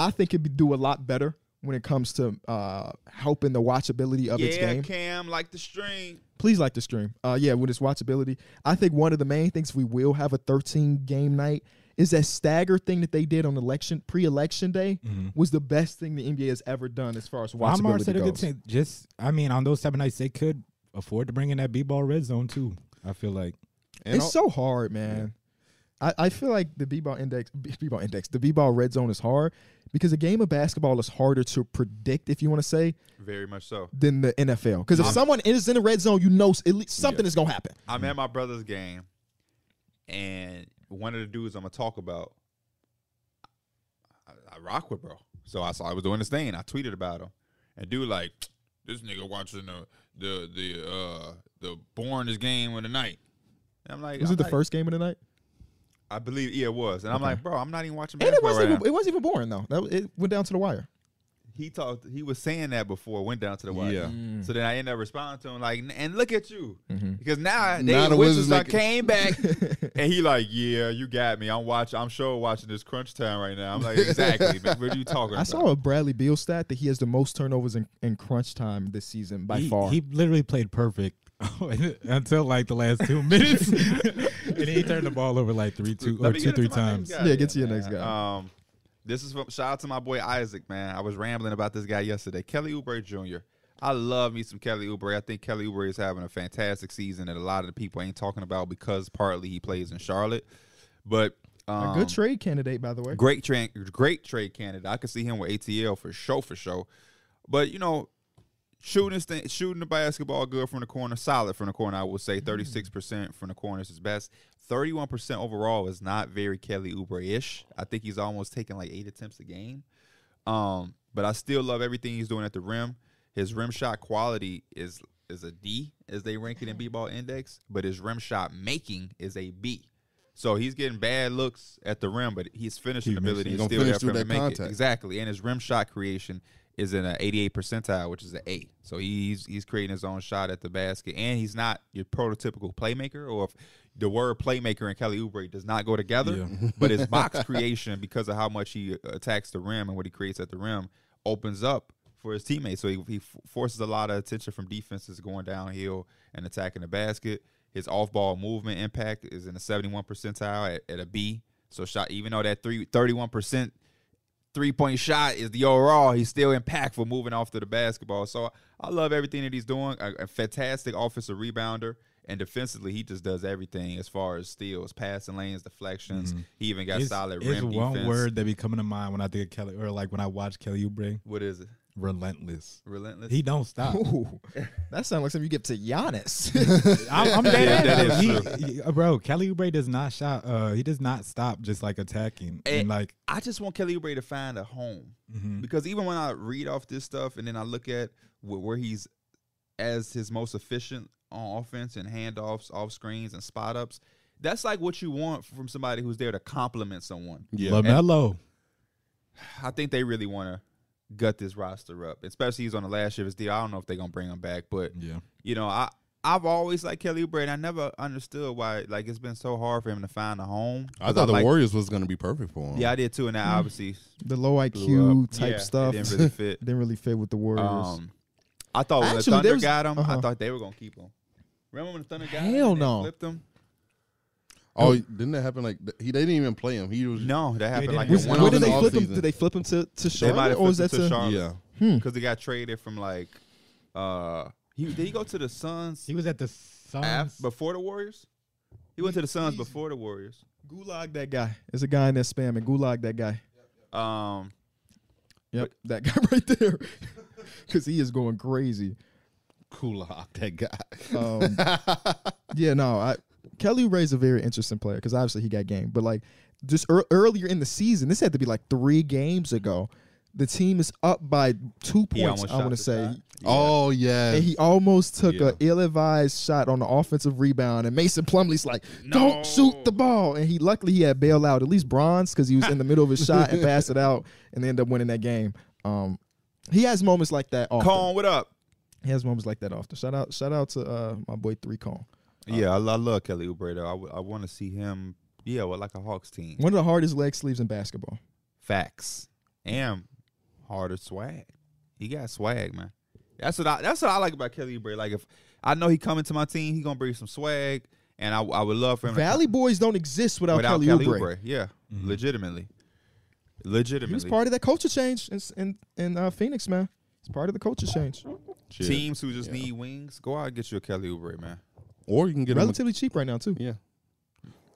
A: I think could be- do a lot better when it comes to uh, helping the watchability of its
B: yeah,
A: game.
B: Cam like the stream.
A: Please like the stream. Uh, yeah, with its watchability, I think one of the main things we will have a 13 game night is that stagger thing that they did on election pre-election day
D: Mm-hmm.
A: was the best thing the NBA has ever done as far as
C: shit. Amar
A: watchability
C: said a good
A: goes.
C: thing. Just, I mean, on those seven nights, they could afford to bring in that b-ball red zone too. I feel like
D: And
A: It's so
D: all-
A: hard, man. I, I feel like the b-ball index, b- b-ball index, the b-ball red zone is hard because a game of basketball is harder to predict, if you want to say,
B: Very much so.
A: than the NFL. Because if someone is in the red zone, you know s- at least something is gonna happen.
B: I'm at my brother's game, and one of the dudes I'm gonna talk about, I, I rock with bro. So I saw I was doing this thing. I tweeted about him, and dude like, this nigga watching the the the uh the bornest game of the night. And I'm like,
A: Was
B: I'm
A: it the
B: like-
A: first game of the night?
B: I believe yeah, it was. And I'm like, bro, I'm not even watching
A: And it
B: basketball
A: wasn't
B: right
A: even, it wasn't even boring though. That, it went down to the wire.
B: now. he talked. He was saying that before it went down to the West.
D: Yeah.
C: Mm.
B: So then I ended up responding to him like, "N- and look at you, because now they
D: Now the
B: Wizards
D: Wizards
B: done
D: make it-
B: came back, and he like, yeah, you got me. I'm watching. I'm sure watching this crunch time right now. I'm like, exactly. man, what are you talking?
A: I saw a Bradley Beal stat that he has the most turnovers in, in crunch time this season by
C: he,
A: far.
C: He literally played perfect [LAUGHS] until like the last
A: [LAUGHS]
C: two minutes, and he turned the ball over like three, two
B: Let
C: or
B: me
C: two,
B: get
C: three
B: into my next
C: times.
B: guy
A: Yeah, get to your
B: man.
A: next guy.
B: Um, this is from shout out to my boy Isaac, man. I was rambling about this guy yesterday, Kelly Oubre Jr. I love me some Kelly Oubre. I think Kelly Oubre is having a fantastic season that a lot of the people ain't talking about because partly he plays in Charlotte, but um,
A: a good trade candidate, by the way.
B: Great trade, great trade candidate. I could see him with ATL for show for show. But you know, shooting his thing, shooting the basketball good from the corner, solid from the corner. I would say thirty six percent from the corner is his best. Thirty one percent overall is not very Kelly Oubre ish. I think he's almost taking like eight attempts a game. Um, but I still love everything he's doing at the rim. His rim shot quality is is a D as they rank it in B ball index, but his rim shot making is a B. So he's getting bad looks at the rim, but his finishing
D: He makes-
B: ability
D: he
B: is
D: gonna
B: still
D: finish
B: there for
D: through
B: him to
D: that
B: make it.
D: contact.
B: Exactly. And his rim shot creation is in an 88 percentile, which is an A. So he's he's creating his own shot at the basket, and he's not your prototypical playmaker. Or if the word playmaker and Kelly Oubre does not go together, [LAUGHS] but his box creation, because of how much he uh, attacks the rim and what he creates at the rim, opens up for his teammates. So he, he f- forces a lot of attention from defenses going downhill and attacking the basket. His off-ball movement impact is in the 71 percentile at, at a B. So shot, even though that three, 31 percent three point shot is the overall. He's still impactful moving off to the basketball. So I love everything that he's doing. A, a fantastic offensive rebounder. And defensively, he just does everything as far as steals, passing lanes, deflections. He even got
C: It's,
B: solid
C: it's
B: rim
C: Mm-hmm. one
B: defense.
C: word that be coming to mind when I think of Kelly, or like when I watch Kelly Oubre,
B: What is it?
C: relentless.
B: Relentless.
C: He don't
B: [LAUGHS]
C: stop.
A: Ooh, that sounds like something you give to Giannis.
C: I'm, I'm
B: Yeah,
C: dead
B: that
C: ass.
B: is
C: He- he- bro, Kelly Oubre does not shot. Uh, he does not stop just like attacking
B: Eh.
C: and like
B: I just want Kelly Oubre to find a home
C: mhm.
B: because even when I read off this stuff and then I look at wh- where he's as his most efficient on offense and handoffs, off screens, and spot ups, that's like what you want from somebody who's there to compliment someone.
D: Yeah.
C: Lamelo.
B: I think they really want to gut this roster up, especially he's on the last year of his deal. I don't know if they're gonna bring him back, but
C: Yeah,
B: you know, I I've always liked Kelly Oubre, and I never understood why like it's been so hard for him to find a home.
D: I thought the
B: like-
D: Warriors was gonna be perfect for him.
B: Yeah, I did too, and that obviously
A: the low
B: blew
A: IQ
B: up.
A: Mm. type
B: Yeah, it
A: stuff
B: didn't really
A: [LAUGHS]
B: fit.
A: didn't really fit with the Warriors.
B: Um, I thought when
A: Actually,
B: the Thunder
A: there's-
B: got him, I
A: uh-huh.
B: thought they were gonna keep him. Remember when the Thunder got him?
A: Hell
B: and they
A: no.
B: Flipped him?
D: Oh, didn't that happen? Like th- he, they didn't even play him. He was.
B: No, that happened
C: didn't.
B: like
C: We-
B: in
A: Where
D: went
B: one
D: off
A: did
D: in
A: they
D: the
A: flip him?
D: offseason.
A: Did they flip him to to
B: They might
A: Charlotte,
B: have
A: or Oh, is
B: flipped
A: that
B: him to
A: to?
B: Charlotte
D: Yeah.
B: because they got traded from like. uh he, did he go to the Suns?
C: he was at the Suns.
B: Af- before the Warriors? He went to the Suns before the Warriors.
A: Gulag that guy. There's a guy in there spamming. Gulag that guy.
B: Um,
A: Yep, that [LAUGHS] guy right there. Because he is going crazy.
D: Kulak, that guy.
A: Um, yeah, no, I Kelly Ray's a very interesting player because obviously he got game, but like just ear earlier in the season, this had to be like three games ago. The team is up by two points.
B: He almost
A: I
B: shot
A: want to
B: the
A: say,
B: shot.
D: Oh yeah.
A: and he almost took
D: Yeah.
A: a ill-advised shot on the offensive rebound, and Mason Plumlee's like, "Don't
B: No.
A: shoot the ball!" And he luckily he had bailout, at least bronze, because he was in the middle of his shot and passed it out, and they end up winning that game. Um, he has moments like that often.
B: Cone, what up?
A: He has moments like that often. Shout out, shout out to uh, my boy Three Cone.
B: Yeah, I, lo- I love Kelly Oubre though. I, w- I want to see him. Yeah, well, like a Hawks team.
A: One of the hardest leg sleeves in basketball.
B: Facts and harder swag. He got swag, man. That's what I. That's what I like about Kelly Oubre. Like if I know he coming to my team, he gonna bring some swag, and I, I would love for him.
A: Valley boys don't exist without,
B: to, without
A: Kelly,
B: Kelly
A: Oubre. Mm-hmm.
B: Oubre. Yeah, legitimately.
A: He
B: Legitimately,
A: was part of that culture change in in, in uh, Phoenix, man. He's part of the culture change.
D: Shit.
B: teams who just need wings. Go out and get you a Kelly Oubre, man.
D: Or you can get him. a-
A: Relatively cheap right now too.
D: Yeah.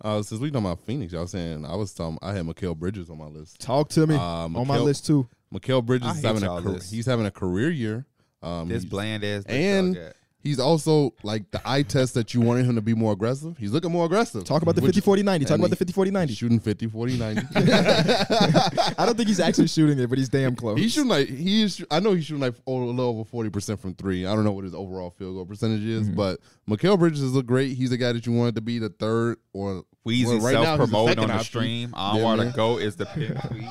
D: Uh, since we talking about Phoenix, y'all saying I was talking. I had Mikael Bridges on my list.
A: Talk to me
D: Uh,
A: on my
D: Mikal-
A: list too.
D: Mikael
B: I
D: Bridges is
B: hate
D: having
B: y'all
D: a career,
B: list.
D: he's having a career year. Um,
B: This
D: he's-
B: bland ass
D: and he's also like the eye test that you wanted him to be more aggressive. He's looking more aggressive.
A: Talk about the
D: Which-
A: 50 40 90. Talk
D: and
A: about the
D: he-
A: 50 40 90.
D: Shooting 50, 40,
B: [LAUGHS]
D: [LAUGHS] 90.
A: I don't think he's actually shooting it, but he's damn close.
D: he's shooting like he is. I know he's shooting like o- a little over forty percent from three. I don't know what his overall field goal percentage is,
B: Mm-hmm.
D: but Mikael Bridges look great. He's the guy that you wanted to be the third or
B: Wheezy
D: well, right now he's the
B: self promoting
D: second
B: on the
D: option.
B: stream. I
D: Yeah, [LAUGHS]
B: want to
D: man.
B: go is the pin tweet.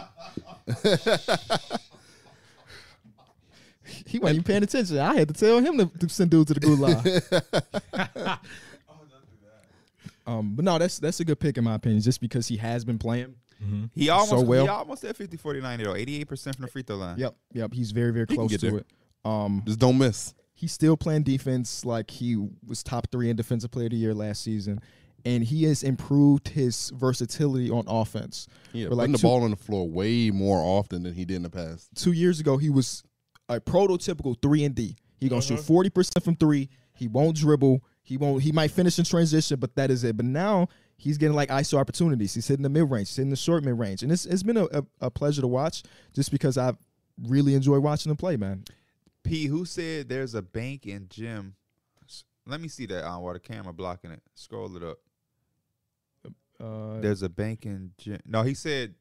A: He wasn't even paying attention. I had to tell him to, to send dudes to the gulag.
D: [LAUGHS]
A: um, but no, that's that's a good pick in my opinion, just because he has been playing.
B: He almost
A: So well.
B: he almost at 50 49 though. 88% from the free throw line.
A: Yep, yep, he's very very
D: can
A: close to
D: get there.
A: it. Um,
D: Just don't miss.
A: he's still playing defense like he was top three in defensive player of the year last season, and he has improved his versatility on offense.
D: Yeah,
A: But
D: putting the
A: two-
D: ball on the floor way more often than he did in the past.
A: two years ago, he was a prototypical three and D. He gonna shoot forty percent from three. He won't dribble. He won't. He might finish in transition, but that is it. But now he's getting like ISO opportunities. He's hitting the mid range. He's hitting the short mid range, and it's it's been a, a, a pleasure to watch just because I really enjoy watching him play, man.
B: P, who said there's a bank and gym? S- Let me see that on while the camera blocking it. Scroll it up.
A: Uh,
B: There's a bank and gym. No, he said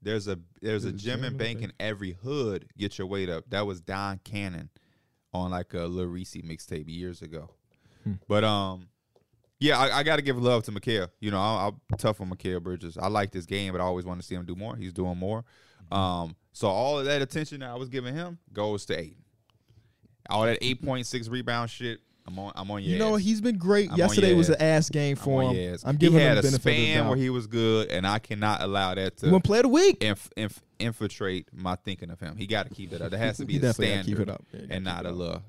B: there's a there's
A: There's
B: a
A: a
B: gym
A: gym
B: and
A: and a
B: bank in
A: bank.
B: every hood. Get your weight up. That was Don Cannon on like a Lil Reese mixtape years ago. But um, yeah, I, I got to give love to Mikael. You know, I, I'm tough on Mikael Bridges. I like this game, but I always want to see him do more. He's doing more. Um, so all of that attention that I was giving him goes to Aiden. All that 8.6 rebound shit. I'm on. I'm on your.
A: you know
B: ass.
A: he's been great.
B: I'm on
A: Yesterday
B: your
A: was
B: ass.
A: an ass game
B: I'm
A: for
B: on
A: him.
B: your ass.
A: I'm giving
B: Oh, he
A: him
B: had
A: the
B: a
A: benefit of the
B: span
A: doubt.
B: where he was good, and I cannot allow that
A: he won
B: to
A: play of the week.
B: inf, inf, infiltrate my thinking of him. He got to keep that up. That has to
A: [LAUGHS]
B: be
A: He
B: the
A: definitely gotta
B: standard
A: keep it up. Yeah, he
B: and not a love.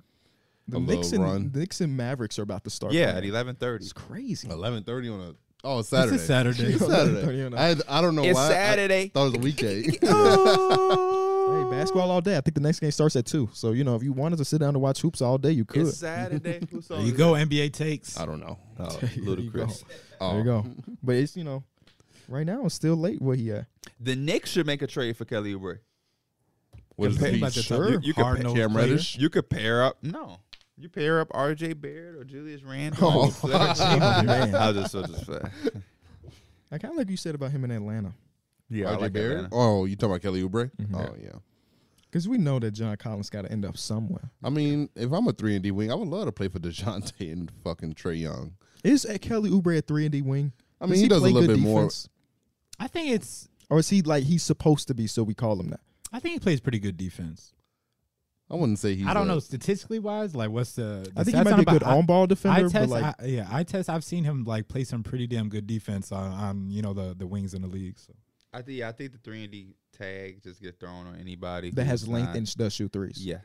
A: The
D: a little
A: Knicks and
D: run.
A: Knicks and Mavericks are about to start.
B: Yeah,
A: playing.
B: at eleven thirty.
A: it's crazy.
D: Eleven thirty on a oh
C: It's
D: it's Saturday.
C: a Saturday.
D: It's
C: [LAUGHS]
D: Saturday. I, I don't know
B: It's
D: why. I-
B: Saturday.
D: I thought it was a
B: [LAUGHS]
D: weekday.
A: Hey, basketball all day. I think the next game starts at two. So you know, if you wanted to sit down to watch hoops all day, you could.
B: It's Saturday.
A: [LAUGHS]
B: Who's
C: There you go, NBA takes.
D: I don't know. Oh,
B: Oh,
A: There you go.
B: ludicrous.
A: There you go. [LAUGHS] But it's you know, right now it's still late where he at.
B: The Knicks should make a trade for Kelly Oubre.
D: What is the
C: Think about
D: peach?
C: the
A: Sure.
C: type of
B: You can
C: hard-nosed
D: Cam
C: player.
D: Reddish.
B: You could pair up. No, you pair up R.J. Barrett or Julius Randle.
A: Oh, [LAUGHS] man.
B: I just, I just,
A: I kind of [LAUGHS] like you said about him in Atlanta,
B: yeah, I
D: RJ
B: like Mm-hmm.
D: Barrett?
B: Atlanta.
D: Oh, you talking about Kelly Oubre? Oh yeah.
A: because we know that John Collins got to end up somewhere.
D: I mean, if I'm a three and D wing, I would love to play for Dejounte and fucking Trey Young.
A: Is uh, Kelly Oubre at three and D wing?
D: I mean, he does a
A: play
D: little
A: good
D: bit more-
C: I think it's.
A: or is he like he's supposed to be? So we call him that.
C: I think he plays pretty good defense.
D: I wouldn't say he's.
C: I don't
D: a-
C: know statistically wise, like what's the?
A: I think
C: that's
A: he might
C: not
A: be a good
C: about-
A: on ball
C: I
A: defender, but
C: test,
A: like
C: I, yeah, I test. I've seen him like play some pretty damn good defense on, on you know the the wings in the league. So
B: I think, I think the three and D tag just get thrown on anybody
A: that has
B: who's
A: length
B: not-
A: and sh- does shoot threes.
B: yeah.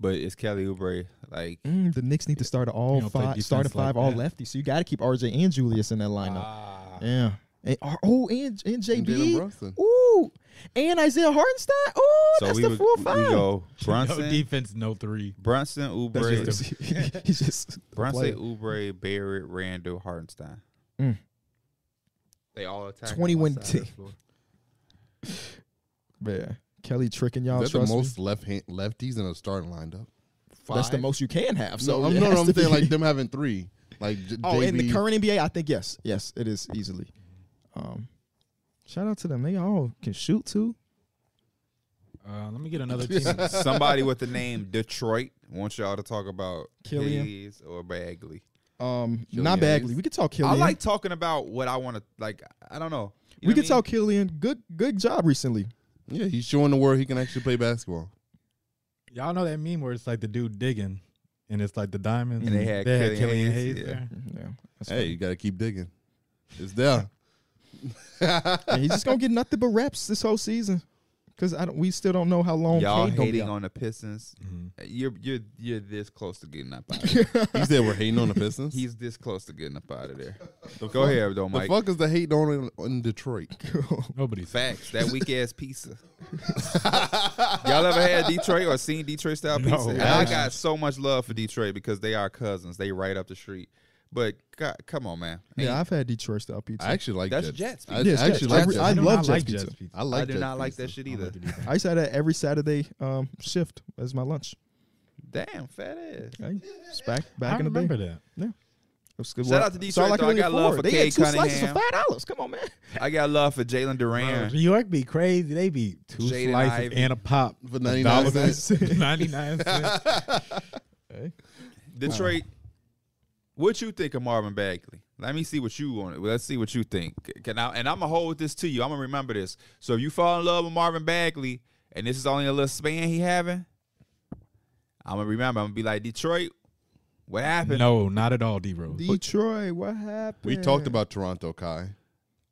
B: But it's Kelly Oubre. Like,
A: Mm, the Knicks need to start a all
C: You don't play
A: five, start a
C: defense like
A: five all
C: that.
A: lefty. So you got to keep RJ and Julius in that lineup.
B: ah,
A: Yeah. And, oh, and, and
D: Jalen
A: JB.
D: Brunson.
A: Ooh. And Isaiah Hartenstein. Ooh,
B: so
A: that's
B: we
A: the
B: would,
A: full [LAUGHS]
B: we
A: five.
B: go
C: no
B: Brunson,
C: defense, no three.
B: Brunson,
A: That's
B: Oubre,
A: [LAUGHS] just- he's just a
B: Bronson,
A: player.
B: Oubre, Barrett, Randall, Hartenstein.
A: Mm.
B: They all attack.
A: 21 [LAUGHS]
B: team.
A: team. Yeah. Kelly tricking y'all.
D: Is that the
A: trust me.
D: most left hand lefties in a starting lineup?
A: That's the
D: five?
A: most you can have. So
D: So I'm,
A: it
D: no,
A: has
D: no, I'm
A: to
D: saying
A: be- [LAUGHS]
D: like them having three. Like J-
A: Oh, in the
D: JB
A: current NBA, I think yes, yes, it is easily. Um, shout out to them. They all can shoot too.
C: Uh, let me get
A: [LAUGHS]
C: another team.
B: Somebody with the name Detroit wants y'all to talk about
A: Killian.
B: Hayes or Bagley.
A: Um,
D: Killian
A: not Bagley.
D: is-
A: We could talk Killian.
B: I like talking about what I want to like. I don't know.
A: we
B: You know
A: could
B: what I
A: talk Killian. Good, good job recently.
D: Yeah, he's showing the world he can actually play basketball.
C: Y'all know that meme where it's like the dude digging, and it's like the diamonds,
B: And they had Killian
C: Killian
B: Hayes, yeah.
C: there.
A: Mm-hmm, Yeah. that's
D: Hey, you got to keep digging. It's there.
A: And he's just gonna get nothing but reps this whole season. Cause I don't, we still don't know how long
B: mean? Y'all
A: Cade gonna be
B: hating
A: out.
B: on the Pistons.
D: Mm-hmm.
C: Mhm.
B: You're you're you're this close to getting up out. of there.
D: he said we're hating on the
B: [LAUGHS]
D: Pistons.
B: He's this close to getting up out of there. Go ahead though,
D: the
B: Mike.
D: fuck is the hate on in, in Detroit?
A: [LAUGHS]
C: Nobody's
B: Facts. That weak ass pizza. Y'all ever had Detroit or seen Detroit style
C: No,
B: pizza? And I got so much love for Detroit because they are cousins. They right up the street. But God, come on, man.
A: Yeah, I've had Detroit style pizza.
D: I actually like
B: That's
D: that.
B: Jets
D: I,
A: Yes,
D: I
A: Jets.
D: actually
A: I
D: like
A: re-
D: Jets.
A: I
C: do
A: love
C: not
A: Jets
C: like
A: pizza.
C: pizza.
D: I like
B: I do
D: Jets
B: not like
D: pizza.
B: that shit either.
A: I used to have that every Saturday um, shift as my lunch.
B: Damn, fat ass.
A: Okay? It's back back
C: I
A: in the
C: remember
A: day.
C: that.
A: That's good
B: Shout
A: work.
B: out to
A: That's
B: Detroit,
A: all
B: though. I
A: really
B: got love
A: afford.
B: for
A: they
B: Cade
A: had two slices
B: Cunningham.
A: for five dollars. Come on, man.
B: I got love for Jalen Duran.
C: New York be crazy. They be two
B: Jaden
C: slices
B: Ivey.
C: and a pop
D: For 99 cents.
A: [LAUGHS]
C: Ninety nine cents. [LAUGHS]
B: Detroit, what you think of Marvin Bagley? Let me see what you want. Let's see what you think. Can I, and I'm gonna hold this to you. I'm gonna remember this. So if you fall in love with Marvin Bagley, and this is only a little span he having, I'm gonna remember. I'm gonna be like Detroit. What
A: [LAUGHS]
B: happened?
C: No, not at all, D Rose.
A: Detroit, what happened?
D: We talked about Toronto, Kai.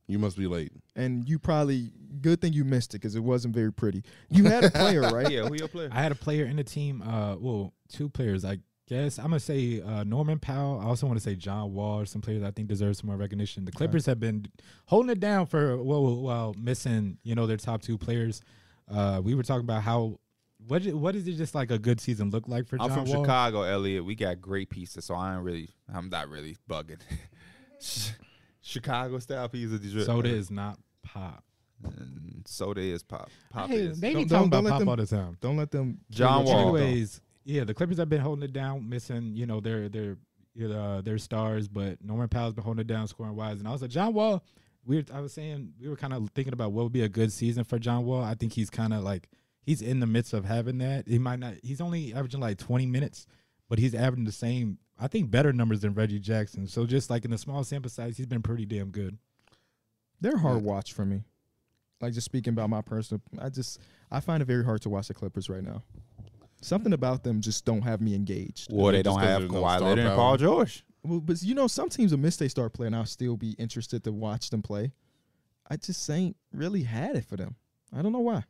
D: You must be late.
A: and you probably good thing you missed it because it wasn't very pretty. You had a
B: [LAUGHS]
A: player, right?
B: Yeah, who your player?
C: I had a player in the team. Uh, well, two players, I guess. I'm gonna say uh, Norman Powell. I also want to say John Wall. Some players I think deserve some more recognition. The Clippers have been holding it down for well, well, well, missing you know their top two players. Uh, we were talking about how what i- what is it just like a good season look like for
B: I'm
C: John
B: from
C: Wall?
B: Chicago, Elliot. We got great pieces, so I ain't really. I'm not really bugging. [LAUGHS] Chicago style pizza. Detroit.
C: Soda is not pop.
B: Mm, Soda is pop. Pop
C: Hey,
B: is.
C: they
A: Don't- don't-
C: be talking
A: don't
C: about
A: let
C: pop
A: them-
C: all the time.
A: Don't let them.
B: John
A: But
B: Wall. though.
C: Anyways, yeah, the Clippers have been holding it down, missing you know their their uh, their stars, but Norman Powell's been holding it down scoring wise, and also John Wall. We were, I was saying we were kind of thinking about what would be a good season for John Wall. I think he's kind of like he's in the midst of having that. He might not. He's only averaging like twenty minutes, but he's averaging the same. I think better numbers than Reggie Jackson. So just like in the small sample size, he's been pretty damn good.
A: They're hard watch for me. Like just speaking about my personal, I just I find it very hard to watch the Clippers right now. Something about them just don't have me engaged.
B: Well, they
D: Just
B: don't
D: 'cause
B: have
D: there's no
B: Kawhi
D: star
B: Leonard and
D: power.
B: Paul George.
A: Well, but you know, some teams, a miss they start playing, I'll still be interested to watch them play. I just ain't really had it for them. I don't know why.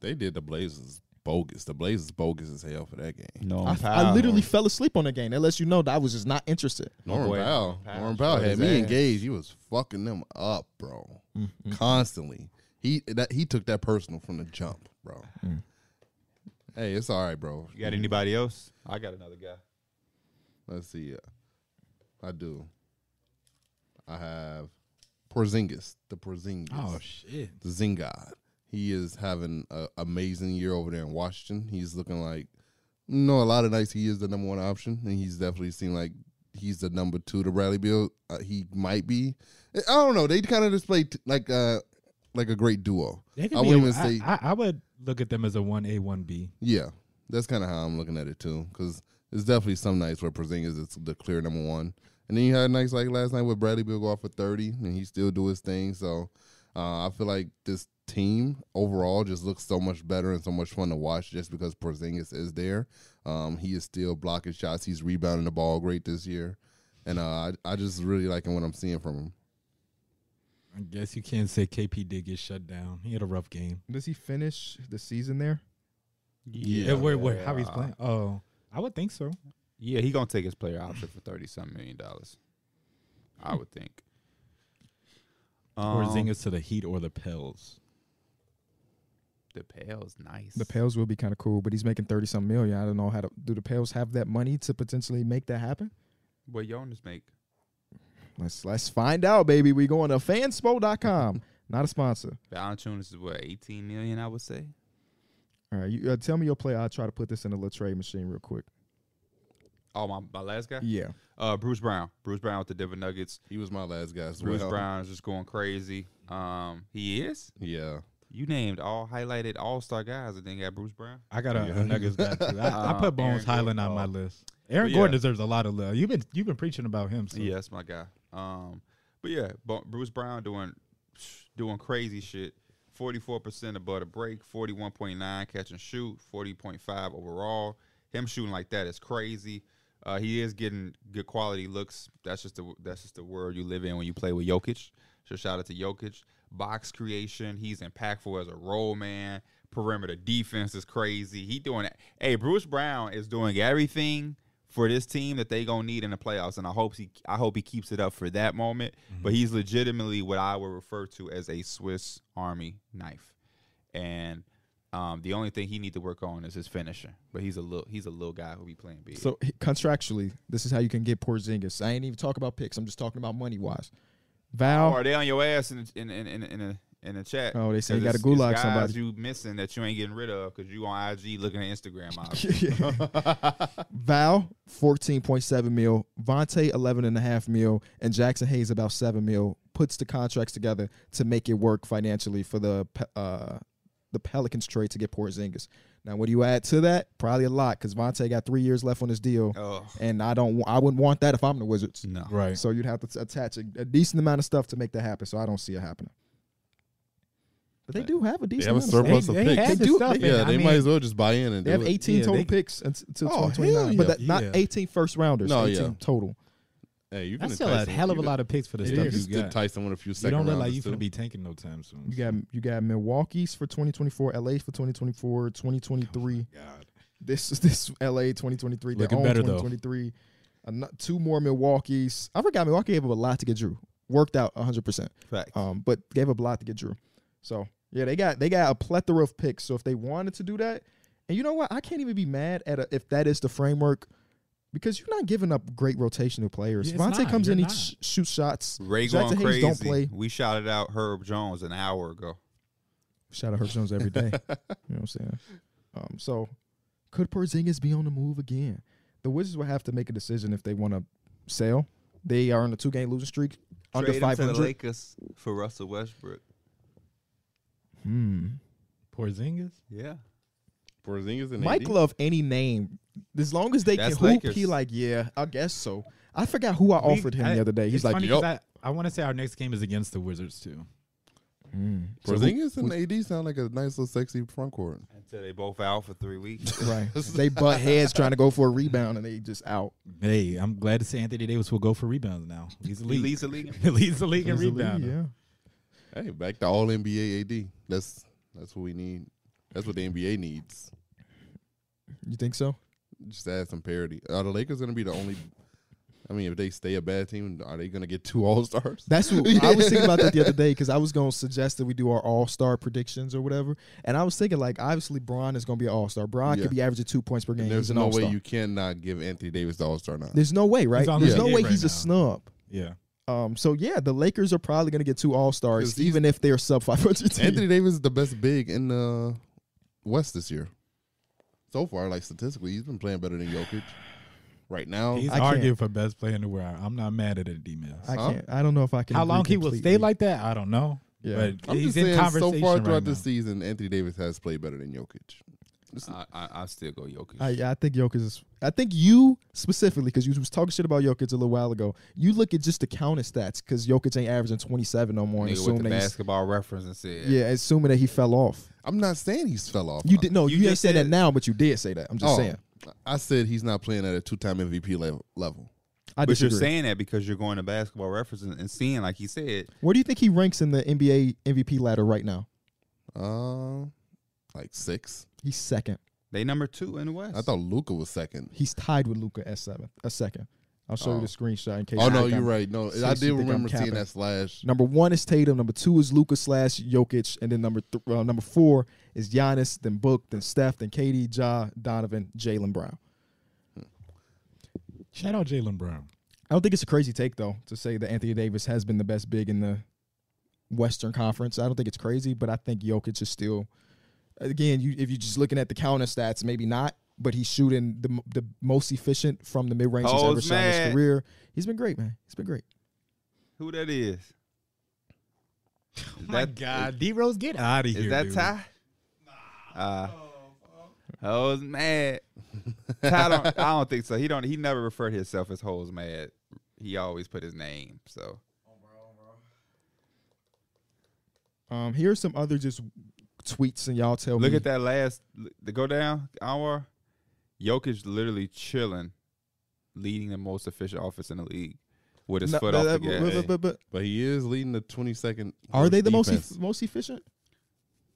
D: They did the Blazers bogus. The Blazers bogus as hell for that game.
B: No,
A: I, I literally fell asleep on the game. That lets you know that I was just not interested.
D: Norman
B: boy,
D: Powell.
B: Powell
D: Norman Powell
B: showed
D: had
B: his
D: me
B: ass. Mm-hmm.
D: engaged. He was fucking them up, bro. Constantly. He that he took that personal from the jump, bro. Hey, it's all right, bro.
B: Mm. You got anybody else? I got another guy.
D: Let's see. uh, I do. I have Porzingis, the Porzingis.
C: Oh shit!
D: the Zingard. He is having an amazing year over there in Washington. He's looking like, you know, a lot of nights he is the number one option, and he's definitely seen like he's the number two to Bradley Beal. Uh, he might be. I don't know. They kind of display t- like uh like a great duo.
C: They could
D: I
C: be
D: wouldn't
C: a-
D: even say-
C: I, I, I would look at them as a one A one B.
D: Yeah, that's kind of how I'm looking at it too, because it's definitely some nights where Porzingis is the clear number one, and then you had nights like last night where Bradley Beal go off for 30 and he still do his thing. So uh, I feel like this team overall just looks so much better and so much fun to watch just because Porzingis is there. Um, he is still blocking shots. He's rebounding the ball great this year, and uh, I, I just really liking what I'm seeing from him.
C: I guess you can't say KP did get shut down. He had a rough game.
A: Does he finish the season there?
C: Yeah, Uh, where, where, how he's playing? Oh, I would think so.
B: Yeah, he gonna take his player option for thirty something million dollars. I would think.
C: or
B: Um,
C: Zingas to the Heat or the Pels.
B: The Pale's nice.
A: The Pels will be kind of cool, but he's making thirty some million. I don't know how to do. The Pels have that money to potentially make that happen.
B: What y'all just make?
A: Let's let's find out, baby. We going to fanspo.com. Not a sponsor.
B: Valanciunas is what eighteen million, I would say.
A: All right, you uh, tell me your play. I'll try to put this in a little trade machine real quick.
B: Oh my, my last guy.
A: Yeah,
B: Uh, Bruce Brown. Bruce Brown with the Denver Nuggets.
D: He was my last guy as
B: Bruce
D: well.
B: Brown is just going crazy. Um, he is.
D: Yeah,
B: You named all highlighted All Star guys, and then got Bruce Brown.
C: I got a,
D: Yeah.
C: a Nuggets guy too. I, I
B: Uh,
C: put Bones
B: Aaron Gordon.
C: Highland on my
B: Oh.
C: list. Aaron
B: But
C: Gordon
B: yeah.
C: deserves a lot of love. You've been you've been preaching about him. So.
B: Yeah, that's my guy. Um, but yeah, Bu- Bruce Brown doing doing crazy shit. Forty four percent above the break, forty one point nine catch and shoot, forty point five overall. Him shooting like that is crazy. Uh, he is getting good quality looks. That's just the that's just the world you live in when you play with Jokic. So shout out to Jokic. Box creation, he's impactful as a role man. Perimeter defense is crazy. He doing it. Hey, Bruce Brown is doing everything for this team that they gonna need in the playoffs, and I hope he I hope he keeps it up for that moment.
A: Mm-hmm.
B: But he's legitimately what I would refer to as a Swiss Army knife, and um, the only thing he need to work on is his finishing. But he's a little he's a little guy who be playing big.
A: So he- contractually, this is how you can get Porzingis. I ain't even talking about picks. I'm just talking about money wise. Val,
B: are they on your ass in the- in in in, in, the in the chat?
A: Oh, they say
B: 'Cause
A: you gotta
B: it's- it's
A: gulag
B: guys
A: somebody.
B: You missing that you ain't getting rid of because you on IG looking at Instagram.
A: [LAUGHS]
B: obviously.
A: Val, 14.7 mil, Vontae, 11.5 mil, and Jackson Hayes, about 7 mil, puts the contracts together to make it work financially for the Pe- uh, the Pelicans trade to get Porzingis. Now, what do you add to that? Probably a lot because Vontae got three years left on his deal,
B: oh
A: and I don't, wa- I wouldn't want that if I'm the Wizards.
B: no,
C: Right.
A: So you'd have to t- attach a, a decent amount of stuff to make that happen. So I don't see it happening. But they do have a
D: They
A: decent.
D: have a
A: amount of
D: surplus
C: They-
D: of
C: they
D: picks.
C: had
A: They do-
C: stuff,
D: Yeah,
C: and
D: they
C: I
D: might
C: mean,
D: as well just buy in and
A: They
D: do
A: have
D: it.
A: 18
C: Yeah,
A: total
C: they-
A: picks until
D: Oh, hell
A: 2029. but
D: yeah.
A: that, not
C: Yeah.
A: 18 first rounders,
D: No,
A: 18
D: yeah.
A: total.
D: Hey, you
C: That's still a hell of a lot of picks for the
D: of
C: stuff
D: stuff. You
C: you
D: did
C: got.
D: Tyson with a few
C: You
D: seconds.
C: don't look like you're gonna be tanking no time soon.
A: You got you got Milwaukee's for 2024, LA's for 2024, 2023.
C: God.
A: This is [LAUGHS] this LA 2023.
C: Looking
A: their own
C: better, though.
A: 2023. Ano- two more Milwaukee's. I forgot Milwaukee gave up a lot to get Drew. Worked out 100. percent
B: Facts.
A: um, but gave up a lot to get Drew. So yeah, they got they got a plethora of picks. So if they wanted to do that, and you know what, I can't even be mad at a, if that is the framework because you're not giving up great rotational players.
C: Yeah, it's
A: Vontae
C: not.
A: comes
C: You're
A: in, he
C: not.
A: sh- shoots shots.
B: Ray
A: Jackson
B: going
A: Hayes
B: crazy.
A: don't play.
B: We shouted out Herb Jones an hour ago.
A: Shout out Herb Jones every
C: [LAUGHS]
A: day. you know what I'm saying? Um, so could Porzingis be on the move again? The Wizards will have to make a decision if they want to sell. They are on a two game losing streak, under
B: Trade him to
A: 500.
B: the Lakers for Russell Westbrook.
A: Hmm.
C: Porzingis.
B: Yeah.
D: Porzingis and
A: Mike
D: AD.
A: love any name as long as they
B: That's
A: can hoop.
B: Lakers.
A: He like, yeah, I guess so. I forgot who I
C: We-
A: offered him
C: I-
A: the other day.
C: it's
A: He's like,
C: funny
A: yup.
C: 'cause I, I want to say our next game is against the Wizards too.
A: Mm. So who-
D: Porzingis and AD sound like a nice little sexy front court.
B: Until they both out for three
A: [LAUGHS]
B: weeks.
A: right?
D: [LAUGHS]
A: they butt heads trying to go for a rebound and they just out.
C: Hey, I'm glad to say Anthony Davis will go for rebounds now. He's
B: [LAUGHS]
C: the
B: He
C: league. [LAUGHS]
B: leads the league.
C: He leads the league in
A: Easily,
C: rebounds.
A: yeah.
D: Hey, back to all NBA AD. That's that's what we need. That's what the NBA needs.
A: You think so?
D: Just add some parity. Are the Lakers gonna be the only? I mean, if they stay a bad team, are they gonna get two All Stars?
A: That's what I was thinking about that the other day because I was gonna suggest that we do our All Star predictions or whatever, and I was thinking like, obviously, Bron is gonna be an All Star. Bron
D: Yeah.
A: could be averaging two points per game.
D: There's
A: He's an
D: no
A: All-Star.
D: way you cannot give Anthony Davis the All Star now.
A: There's no way, right?
C: on
A: There's
D: the
A: no
C: league
A: way
C: right
A: he's
C: now.
A: a snub.
C: Yeah.
A: Um, so yeah, the Lakers are probably gonna get two All
D: 'Cause
A: Stars,
D: he's-
A: even if they're sub 500 team.
D: Anthony Davis is the best big in the West this year. So far, like statistically, he's been playing better than Jokic. Right now,
C: He's
A: Oh, I can't-
C: arguing for best player in the world. I'm not mad at it, D-Mills.
A: I
D: Huh?
A: can't. I don't know if I can.
C: How
A: agree
C: long he will stay
A: completely.
C: like that, I don't know.
A: Yeah.
C: But
D: I'm
C: he's
D: just
C: in
D: saying, so
C: conversation
D: far
C: right
D: throughout
C: now.
D: the season, Anthony Davis has played better than Jokic.
B: [LAUGHS] I, I, I still go Jokic.
A: I, I think Jokic is. I think you specifically, because you was talking shit about Jokic a little while ago. You look at just the counting stats, because Jokic ain't averaging twenty seven no more. And
B: Nigga with
A: assuming
B: the
A: that he's,
B: basketball reference and said,
A: yeah, assuming that he fell off.
D: I'm not saying he's fell off.
A: You did no.
B: You
A: You, ain't
B: just
A: said that
B: said-
A: now, but you did say that. I'm just
D: Oh,
A: saying.
D: I said he's not playing at a two-time MVP level. level.
A: I
B: But
A: disagree.
B: you're saying that because you're going to basketball reference and, and seeing, like he said,
A: Where do you think he ranks in the NBA MVP ladder right now?
D: Uh, like six.
A: He's second.
B: they number two in the West.
D: I thought Luca was second.
A: He's tied with Luca at seventh. A second. I'll show
D: Oh.
A: you the screenshot in case.
D: Oh
A: you
D: no,
A: think
D: you're
A: I'm-
D: right. No,
A: Since
D: I
A: you
D: did
A: think I'm
D: remember seeing
A: capping.
D: that slash.
A: Number one is Tatum. Number two is Luca slash Jokic, and then number th- uh, number four is Giannis. Then Book. Then Steph. Then Katie. Ja. Donovan. Jalen Brown.
C: Shout out Jalen Brown.
A: I don't think it's a crazy take though to say that Anthony Davis has been the best big in the Western Conference. I don't think it's crazy, but I think Jokic is still. Again, you if you're just looking at the counter stats, maybe not, but he's shooting the m- the most efficient from the mid range he's
B: Oh,
A: ever shot in
B: man.
A: his career. He's been great, man. He's been great.
B: Who that is? Is
C: My God, D Rose, get out of
B: Is,
C: here.
B: that
C: dude.
B: Ty? Uh, I
A: [LAUGHS]
B: was mad. Ty don't, I don't think so. He don't. He never referred himself as hoes mad. He always put his name. So
A: Um, here's some other just tweets, and y'all tell me.
B: look at that last. The go down hour. Jokic literally chilling, leading the most efficient offense in the league with his
A: No,
B: foot
A: but-
B: off the
A: but-
B: gas.
A: but- but- but-
D: But he is leading the 22nd.
A: Are they the most
D: defense.
A: eff- most efficient?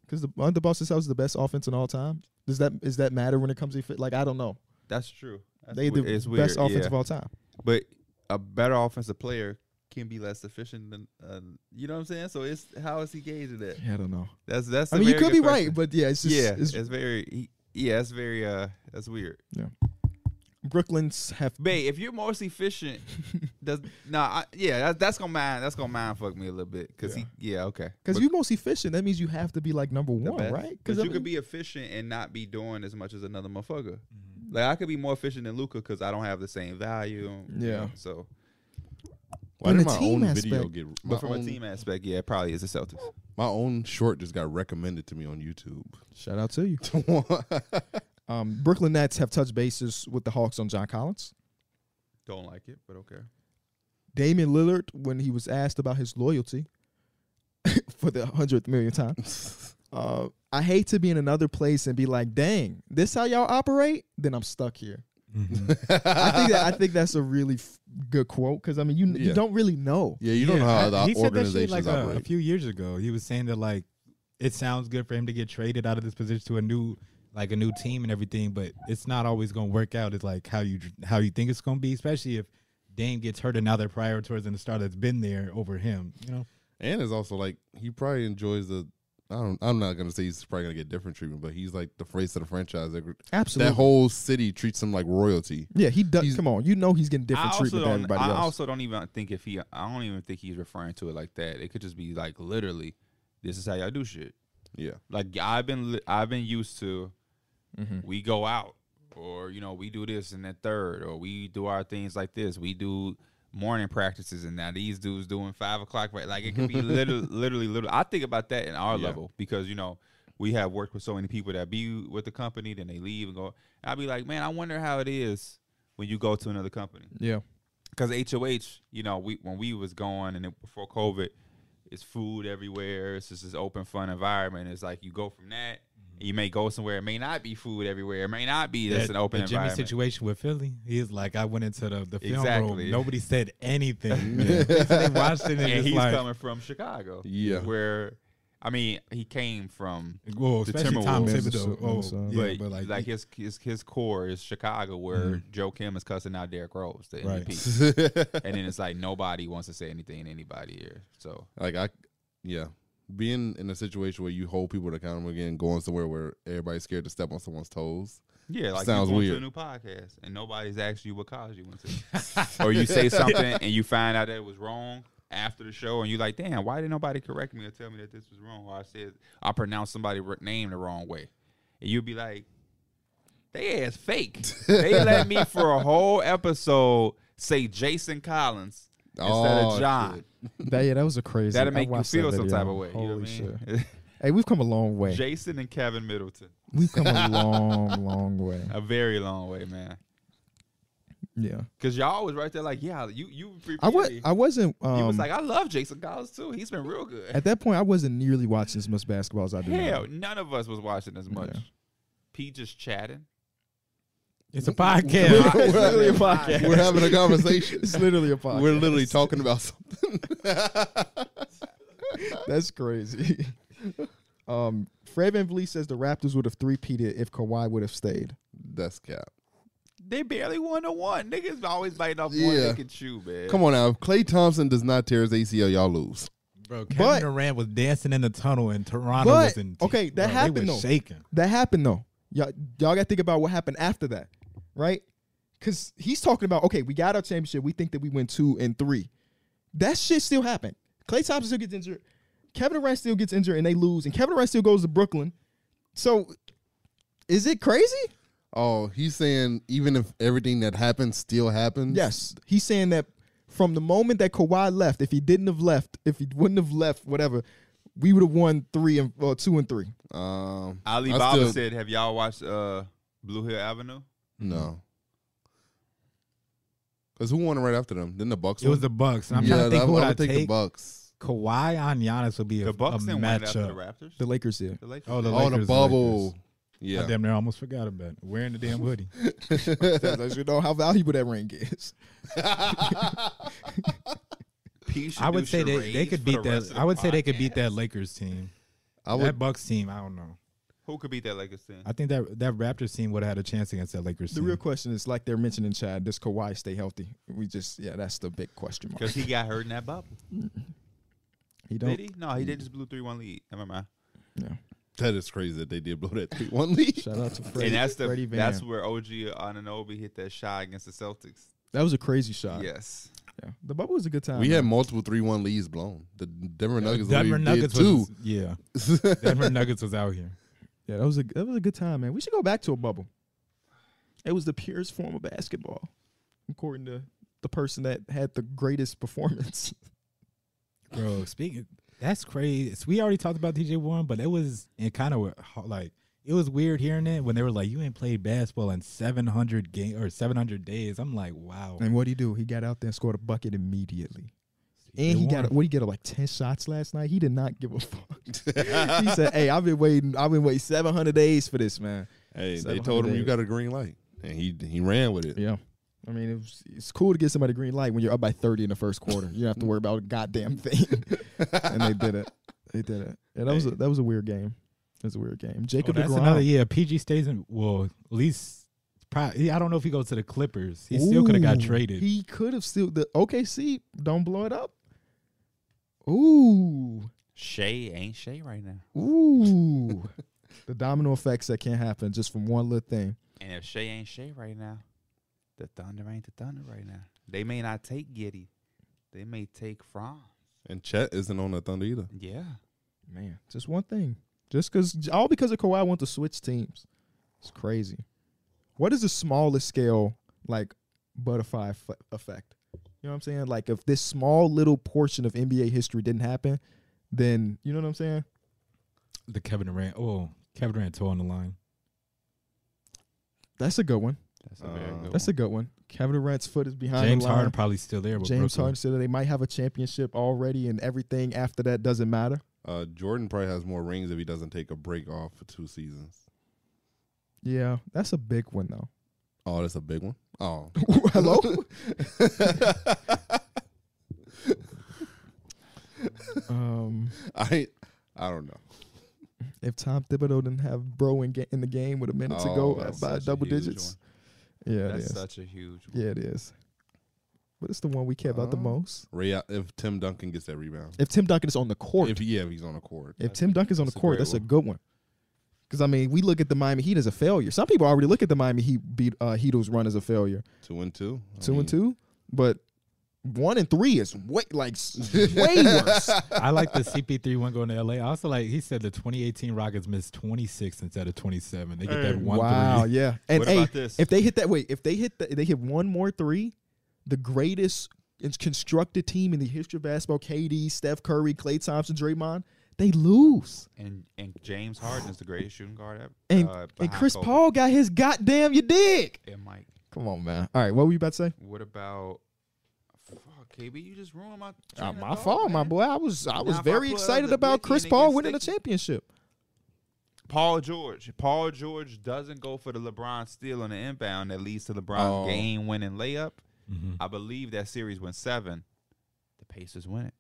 A: Because the aren't the Boston Celtics the best offense in all time. Does that is that matter when it comes to effi- like I don't know.
B: That's true. That's
A: They
B: we-
A: the
B: it's
A: best
B: weird,
A: offense
B: yeah.
A: of all time.
B: but a better offensive player can be less efficient than uh, you know what I'm saying. So it's how is he gauging that?
A: Yeah, I don't know.
B: That's that's.
A: I
B: a
A: mean, you
B: very
A: could be
B: good question.
A: right, but yeah, it's just
B: yeah,
A: it's-
B: it's, very he- yeah, it's very uh, that's weird.
A: Brooklyn's have
B: Babe, if you're
A: [LAUGHS]
B: most efficient, does nah, I, yeah, that, that's gonna mind that's gonna mind fuck me a little bit because he yeah okay
A: because
B: But
A: you most efficient. That means you have to be like number
B: the
A: one,
B: best.
A: right?
B: But
A: I
B: you could
A: mean,
B: be efficient and not be doing as much as another motherfucker. Like I could be more efficient than Luca because I don't have the same value. you
A: Yeah.
B: know, so,
D: Why
A: in
D: did
A: the
D: my
A: team
D: own video
A: aspect.
D: get? My
B: but from
D: own,
B: a team aspect, yeah, it probably is the Celtics.
D: my own short just got recommended to me on YouTube. [LAUGHS]
A: shout out to you. Um, Brooklyn Nets have touched bases with the Hawks on John Collins.
B: Don't like it, but okay.
A: Damian Lillard, when he was asked about his loyalty, [LAUGHS] for the hundredth million time. [LAUGHS] Uh, I hate to be in another place and be like, "Dang, this how y'all operate?" Then I'm stuck here. Mm-hmm.
B: [LAUGHS]
A: I think that, I think that's a really f- good quote because I mean, you
D: Yeah.
A: you don't really know.
D: yeah, you don't know how
C: I-
D: the
C: Uh, he said that shit
D: organizations
C: like a, a
D: operate.
C: few years ago. He was saying that like it sounds good for him to get traded out of this position to a new like a new team and everything, but it's not always going to work out. It's like how you dr- how you think it's going to be, especially if Dame gets hurt and now they're prioritizing the star that's been there over him. You know,
D: and it's also like he probably enjoys the. I don't. I'm not gonna say he's probably gonna get different treatment, but he's like the face of the franchise. Like,
A: Absolutely.
D: that whole city treats him like royalty.
A: yeah, he does.
D: he's-
A: Come on, you know he's getting
B: I
A: different
B: also
A: treatment than
B: don't.
A: everybody
B: I
A: else.
B: also don't even think if he. I don't even think he's referring to it like that. It could just be like literally, this is how y'all do shit.
D: Yeah,
B: Like I've been. li- I've been used to.
A: Mhm.
B: We go out, or you know, we do this and that third, or we do our things like this. We do morning practices, and now these dudes doing five o'clock. Right, like it could be literally, literally, literally. I think about that in our
D: Yeah.
B: level because you know. We have worked with so many people that be with the company, then they leave and go. I'll be like, man, I wonder how it is when you go to another company [LAUGHS]
A: yeah,
B: because HOH, you know, we when we was going and it, before COVID, it's food everywhere. It's just this open, fun environment. It's like you go from that, and you may go somewhere. It may not be food everywhere. It may not be that's
C: That-
B: an open
C: the Jimmy
B: environment.
C: situation with Philly. He's like, I went into the, the film
B: Exactly.
C: room. Nobody said
B: [LAUGHS]
C: anything. they watched it and,
B: and
C: it's
B: he's
C: like,
B: coming from Chicago,
D: Yeah.
B: where I mean, he came from,
C: whoa,
B: the
C: especially Tom
B: Timberwolves.
C: Thibodeau. Oh,
A: Minnesota.
C: yeah,
B: but, like, his, his his core is Chicago, where Joe Kim is cussing out Derrick Rose, the
C: Mm-hmm. Right. [LAUGHS]
B: MVP, and then it's like nobody wants to say anything to anybody here. So
D: [LAUGHS] like I, yeah, being in a situation where you hold people accountable again, going somewhere where everybody's scared to step on someone's toes.
B: Yeah, like
D: Sounds
B: you going to
D: weird.
B: a new podcast and nobody's asked you what college you went
A: [LAUGHS]
B: to, or you say something and you find out that it was wrong after the show, and you're like, "Damn, why didn't nobody correct me or tell me that this was wrong?" Or I said I pronounced somebody's r- name the wrong way, and you'd be like, "They ass fake.
A: [LAUGHS]
B: they let me for a whole episode say Jason Collins instead
D: Oh,
B: of John.
D: shit.
A: that yeah, that was a crazy.
B: That'll
A: I
B: make you
A: watched that
B: feel some
A: video.
B: type of way.
A: Holy
B: you know what I
A: shit!
B: mean? [LAUGHS]
A: Hey, we've come a long way.
B: Jason and Kevin Middleton,
A: We've come
B: [LAUGHS]
A: a long, long way.
B: a very long way, man.
A: Yeah,
B: Cause y'all was right there, like, yeah, you you. repeated
A: I was.
B: it.
A: I wasn't. Um,
B: He was like, I love Jason Collins too. He's been real good.
A: at that point, I wasn't nearly watching as much basketball as I do. now.
B: Hell, none of us was watching as much.
A: Yeah.
B: P just chatting.
C: it's a podcast.
D: We're having a
B: podcast.
D: We're having a
A: [LAUGHS]
D: conversation.
A: it's literally a podcast.
D: We're literally talking about something.
A: That's crazy. [LAUGHS] um, Fred Van Vliet says the Raptors would have three-peated if Kawhi would have stayed.
D: That's cap.
B: They barely won to one. Niggas always biting off one
D: Yeah.
B: they can chew, man.
D: Come on now. If Clay Thompson does not tear his ACL, y'all lose.
C: Bro, Kevin
A: But-
C: Durant was dancing in the tunnel in Toronto.
A: But-
C: was in,
A: okay, that
C: bro, They
A: happened
C: were
A: though.
C: shaking.
A: That happened though. Y'all, y'all got to think about what happened after that, right? Because he's talking about okay, we got our championship. We think that we win two and three. That shit still happened. Clay Thompson still gets injured. Kevin Durant still gets injured, and they lose. And Kevin Durant still goes to Brooklyn. So, is it crazy?
D: Oh, he's saying even if everything that happens still happens.
A: Yes, he's saying that from the moment that Kawhi left, if he didn't have left, if he wouldn't have left, whatever, we would have won three and or two and three.
D: Um,
B: Ali
D: I
B: Baba
D: still-
B: said, "Have y'all watched uh, Blue Hill Avenue?"
D: No. Because who won right after them? Then the Bucks.
C: It was
D: won?
C: the Bucks. And I'm
D: yeah,
C: trying to think
D: I,
C: who would
D: I
C: I,
D: would
C: take.
D: think the Bucks.
C: Kawhi on Giannis would be a,
B: The Bucks
C: a
B: didn't win after the
C: matchup.
B: Raptors.
A: The Lakers did.
B: The Lakers.
C: Oh, the
B: did.
D: oh, the
C: Lakers,
D: bubble.
C: Lakers.
D: Yeah. [LAUGHS]
C: I damn near almost forgot about it. Wearing the
B: [LAUGHS]
C: damn hoodie.
A: That lets you know how valuable that ring is.
B: P should
C: I
B: do
C: would say they, they
B: charades
C: could
B: for the
C: beat
B: rest
C: that.
B: of the
C: I would say they could
B: podcast.
C: beat that Lakers team.
D: I
C: that
D: would.
C: Bucks team, I don't know.
B: Who could beat that Lakers team?
C: I think that that Raptors team would have had a chance against that Lakers
A: The
C: team.
A: real question is, like they're mentioning, Chad, does Kawhi stay healthy? We just, yeah, that's the big question mark.
B: Because he got hurt in that bubble.
A: He
B: Did
A: don't.
B: he? No, he did just blew three one lead. Never mind.
A: Yeah.
D: That is crazy that they did blow that 3 1 lead.
A: Shout out to Freddie.
B: and that's the
A: Freddie Van.
B: that's where OG Ananobi hit that shot against the Celtics.
A: that was a crazy shot.
B: yes.
A: Yeah. The bubble was a good time.
D: [LAUGHS] We
A: man.
D: had multiple 3 1 leads blown. The Denver Nuggets,
C: Uh, Denver Nuggets
D: did too.
C: was yeah.
D: [LAUGHS]
C: Denver Nuggets was out here.
A: yeah, that was a that was a good time, man. We should go back to a bubble. It was the purest form of basketball, according to the person that had the greatest performance.
C: Bro, speaking that's crazy. We already talked about DJ Warren, but it was it kind of like it was weird hearing it when they were like, "You ain't played basketball in seven hundred game or seven hundred days." I'm like, "Wow."
A: And what would he do? He got out there and scored a bucket immediately. And he
C: They
A: got
C: won.
A: what he get up like ten shots last night. He did not give a [LAUGHS] fuck. he said, "Hey, I've been waiting. I've been waiting seven hundred days for this, man."
D: Hey, they
A: 700
D: told him you
A: days.
D: got a green light, and he he ran with it.
A: Yeah. I mean, it was, it's cool to get somebody green light when you're up by 30 in the first quarter. You don't have to worry about a goddamn [LAUGHS] thing. and they did it. They did it. Yeah, that was a, that was a weird game. That was a weird game.
C: Oh,
A: Jacob
C: that's
A: DeGrom.
C: another yeah. PG stays in. Well, at least probably, I don't know if he goes to the Clippers. He still could have got
A: Ooh,
C: traded.
A: He could have still the OKC. Don't blow it up. Ooh,
B: Shay ain't Shay right now.
A: ooh. [LAUGHS] the domino effects that can happen just from one little thing.
B: And if Shay ain't Shay right now, the Thunder ain't the Thunder right now. They may not take Giddy. They may take Franz.
D: And Chet isn't on the Thunder either.
B: Yeah.
A: Man, just one thing. Just because all because of Kawhi want to switch teams. It's crazy. What is the smallest scale like butterfly f- effect? You know what I'm saying? Like if this small little portion of NBA history didn't happen, then you know what I'm saying?
C: the Kevin Durant. Oh, Kevin Durant toe on the line.
A: That's a good one.
B: That's
D: a
A: Uh,
D: very good
A: That's a good one. Kevin Durant's foot is behind
C: James
A: the line.
C: Harden probably still there. But
A: James
C: James
A: Harden said that they might have a championship already, and everything after that doesn't matter.
D: Uh, Jordan probably has more rings if he doesn't take a break off for two seasons.
A: Yeah, that's a big one though.
D: Oh, that's a big one.
A: [LAUGHS]
D: Oh, [LAUGHS]
A: Hello, um,
D: I I don't know.
A: if Tom Thibodeau didn't have Bro in, ga- in the game with a minute to go
D: Oh,
A: uh,
D: that's
A: by
B: such a
A: double
B: huge
A: digits, yeah, it
B: That's
A: is.
B: such a huge one.
A: yeah, it is. But it's the one we care about the
D: Oh.
A: most.
D: Ray, if Tim Duncan gets that rebound,
A: If Tim Duncan is on the court,
D: if yeah, if he's on the court,
A: If Tim Duncan's on the
D: that's a
A: court,
D: great
A: that's a
D: one.
A: good one. Because I mean, we look at the Miami Heat as a failure. Some people already look at the Miami Heat beat uh, Heatles run as a failure,
D: two and two, I
A: two
D: mean,
A: and two, but one and three is way like s- [LAUGHS] way
D: [LAUGHS]
A: worse.
C: I like the CP3 one going to LA. I also like he said the 2018 Rockets missed 26 instead of 27. They get that one
A: wow,
C: three.
A: yeah. And
B: What
A: hey,
B: about this?
A: if they hit that, wait, if they hit that, they hit one more three, the greatest ins- constructed team in the history of basketball: KD, Steph Curry, Klay Thompson, Draymond. They lose,
B: And and James Harden is the greatest shooting guard ever.
A: and
B: uh,
A: and
B: behind
A: Chris
B: Kobe
A: Paul got his goddamn you dig.
B: And Mike.
A: Come on, man. All right, what were you about to say?
B: What about fuck KB? You just ruined my
A: Uh,
B: train of
A: my
B: thought,
A: fault, my
B: man.
A: boy. I was I
B: Now,
A: was
B: if I
A: very
B: put up
A: excited
B: the
A: about
B: Whitney
A: Chris
B: and
A: Paul
B: get
A: winning the
B: sticky-
A: championship.
B: Paul George. Paul George doesn't go for the LeBron steal on the inbound that leads to LeBron
D: Oh.
B: game winning layup.
C: Mhm.
B: I believe that series went seven. The Pacers win it.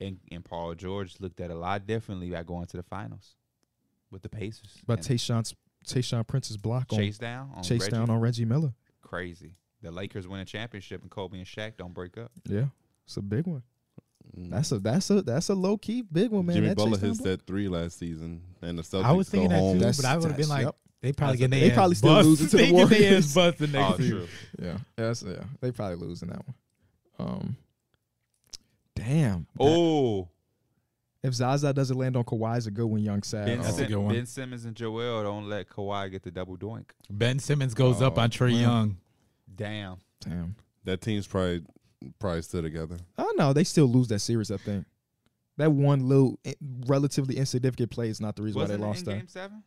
B: And and Paul George looked at it a lot differently by going to the finals with the Pacers.
A: But
B: And
A: Tayshawn's Tayshawn Prince's block on
B: chase down on
A: chase
B: Reggie.
A: down on Reggie Miller.
B: crazy. The Lakers win a championship and Kobe and Shaq don't break up.
A: Yeah, it's a big one.
D: Mm.
A: That's a that's a that's a low key big one, man.
D: Jimmy
A: That
D: Butler
A: chase down
D: hits
A: block.
D: that three last season, and the Celtics
C: I was thinking
D: go
C: that
D: home. Oh,
C: too,
D: [LAUGHS]
A: That's-
C: but I would have
A: that's-
C: been like,
A: yep.
C: they probably
A: That's
C: getting
A: a-
C: their
A: they probably
C: ass
A: still
C: bust.
A: losing to the
C: They get their
A: Warriors.
C: ass bust the next
B: Oh,
C: year.
B: true.
A: Yeah, that's yeah. They probably losing that one. Um, damn.
B: Oh,
A: if Zaza doesn't land on Kawhi, is a good one, Young Sad.
B: ben,
A: Oh,
C: that's a
B: Sim-
C: good one.
B: ben Simmons and Joel don't let Kawhi get the double doink.
C: Ben Simmons goes up
D: Oh,
C: on Trey
A: wow.
C: Young.
B: Damn.
A: damn.
D: That team's probably probably still together.
A: Oh no, they still lose that series. I think that one little eh, relatively insignificant play is not the reason
B: Wasn't
A: why they
B: it
A: lost.
B: in
A: That
B: game seven?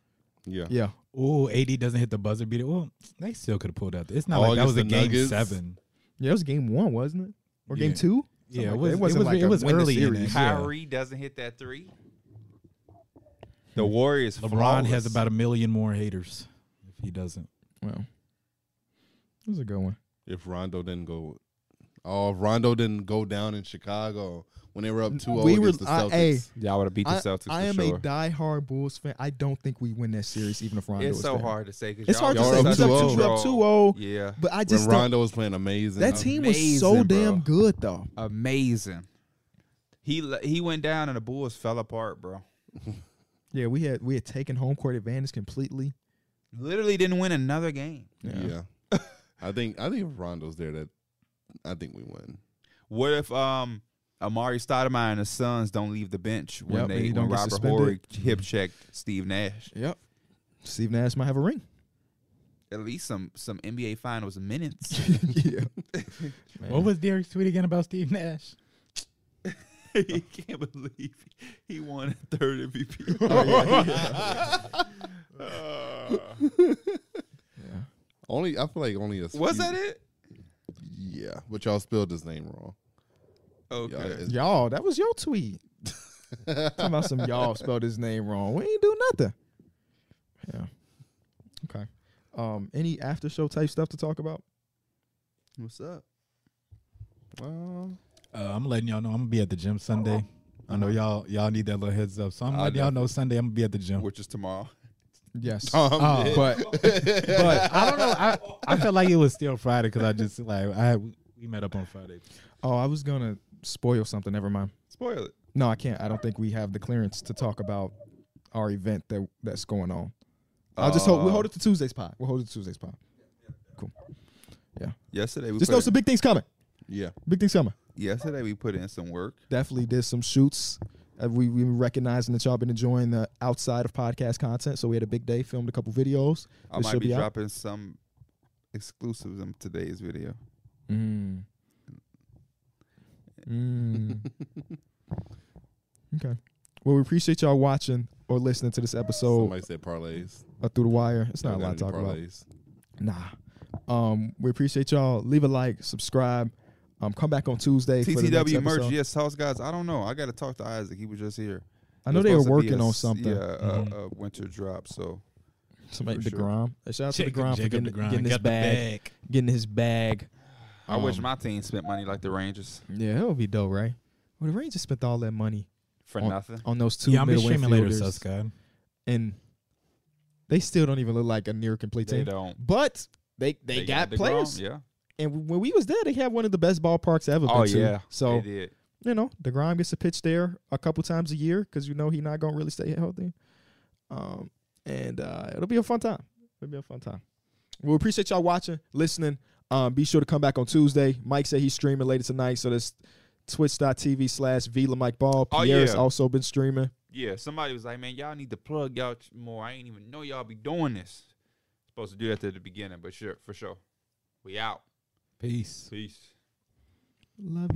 D: Yeah.
A: yeah,
C: Oh, AD doesn't hit the buzzer beater. Well, they still could have pulled out. It's not
D: Oh,
C: like that
D: against
C: was a
D: the
C: game
D: Nuggets?
C: seven.
A: yeah. It was game one, wasn't it? Or game
C: Yeah.
A: two?
C: Yeah, it
A: like
C: was.
A: that. It
C: It, was
A: wasn't like
C: it
A: a
C: was
A: win the
C: early in
A: series.
C: it. Yeah.
B: Kyrie doesn't hit that three. The Warriors.
C: LeBron
B: flawless.
C: has about a million more haters if he doesn't.
A: Well, it was a good one.
D: If Rondo didn't go, oh, if Rondo didn't go down in Chicago when they were up 2-0
A: We were-
D: against the
A: I-
D: Celtics.
A: hey,
B: Y'all would have beat the
A: I,
B: Celtics.
A: I
B: for
A: am
B: sure.
A: a diehard Bulls fan. I don't think we win that series, even if Rondo
B: It's
A: is
B: so
A: there.
B: hard to say. 'cause
A: It's
B: y'all
A: hard
D: to
B: was
D: say.
B: in
D: Y'all
B: such
D: up
B: control.
A: 2-0. We're up 2-0.
B: Yeah.
A: But I
D: when
A: just don't.
D: Rondo was playing amazing,
A: That
D: uh,
A: team was so
B: Amazing, bro.
A: damn good, though.
B: Amazing. He le- he went down and the Bulls fell apart, bro.
A: Yeah, we had we had taken home court advantage completely.
B: Literally didn't win another game.
D: yeah.
A: [LAUGHS]
D: I think I think if Rondo's there, that I think we win.
B: What if um Amari Stoudemire and his sons don't leave the bench when
A: Yep, and
B: they
A: he
B: when
A: don't get
B: Robert
A: suspended.
B: Horry hip checked Steve Nash?
A: Yep. Steve Nash might have a ring.
B: At least some some NBA Finals minutes.
A: [LAUGHS] yeah.
C: What was Derek's tweet again about Steve Nash?
B: [LAUGHS] he can't believe he won a
A: [LAUGHS]
B: third MVP.
A: Yeah.
D: [LAUGHS] Only I feel like only a
B: Was
D: few-
B: that it?
D: Yeah, but y'all spelled his name wrong.
B: Okay.
D: Y'all is-
A: Y'all, that was your tweet. Talking about some y'all spelled his name wrong. We ain't do nothing. Yeah. Okay. Um, any after show type stuff to talk about?
B: What's up?
A: Um,
C: Uh, I'm letting y'all know I'm gonna be at the gym Sunday.
A: Oh,
C: I know y'all y'all need that little heads up, so I'm
B: I
C: letting y'all know Sunday I'm gonna be at the gym.
B: Which is tomorrow.
A: yes.
C: Oh,
D: [LAUGHS]
A: [LAUGHS] but
C: but I don't know. I, I felt like it was still Friday because I just like I had- we met up on Friday.
A: oh, I was gonna spoil something. Never mind.
B: Spoil it.
A: No, I can't. I don't think we have the clearance to talk about our event that that's going on. I'll just hold. We'll hold it to Tuesday's pod. We'll hold it to Tuesday's pod.
B: Yesterday we
A: Just know
B: put
A: some big things coming.
D: yeah.
A: Big things coming.
B: in- yesterday we put in some work.
A: definitely did some shoots. Uh, we we recognizing that y'all been enjoying the outside of podcast content, so we had a big day. Filmed a couple videos.
B: I
A: This
B: might
A: should
B: be,
A: be out.
B: dropping some exclusives in today's video.
A: Mm. Mm. [LAUGHS] okay. Well, we appreciate y'all watching or listening to this episode [LAUGHS]
D: Somebody said parlays.
A: of Through the Wire. It's not
D: Y'all
A: a lot to
D: got
A: talk
D: any
A: about.
D: parlays?
A: Nah. Um, we appreciate y'all. Leave a like, subscribe. Um, come back on Tuesday for the next
B: TCW merch,
A: episode.
B: yes, house guys. I don't know. I got to talk to Isaac. He was just here.
A: I
B: It
A: know
B: was
A: they were
B: supposed to be
A: working
B: a
A: on
B: s-
A: something. Mm-hmm.
B: Yeah, a-
C: Mhm.
B: a winter drop. So
A: Somebody
B: for sure.
A: Degrom. Shout out to Degrom for
C: Jacob
A: getting,
C: DeGrom
A: getting his
C: got the
A: bag.
C: bag.
A: getting his bag.
B: I wish
A: Um,
B: my team spent money like the Rangers
A: Yeah, that would be dope, right? Well, the Rangers spent all that money
B: for
A: on-
B: nothing.
A: on those two
C: Yeah, I'm gonna
A: middle
C: be streaming later,
A: infielders,
C: Suscad.
A: and they still don't even look like a near complete
B: They
A: team.
B: don't.
A: But they they, got,
B: DeGrom,
A: players,
B: Yeah.
A: and when we was there, they had one of the best ballparks ever.
B: Oh
A: been to.
B: yeah.
A: so
B: they did.
A: you know, Degrom gets to pitch there a couple times a year because you know he not gonna really stay healthy. Um, and uh, it'll be a fun time. It'll be a fun time. We appreciate y'all watching, listening. Um, be sure to come back on Tuesday. Mike said he's streaming later tonight, so that's twitch.tv slash Vila Mike Ball.
B: Oh,
A: Pierre's
B: yeah.
A: also been streaming.
B: Yeah, somebody was like, "Man, y'all need to plug y'all ch- more. I ain't even know y'all be doing this. Supposed to do that at the beginning, but sure, for sure. We out.
C: Peace.
B: Peace."
A: Love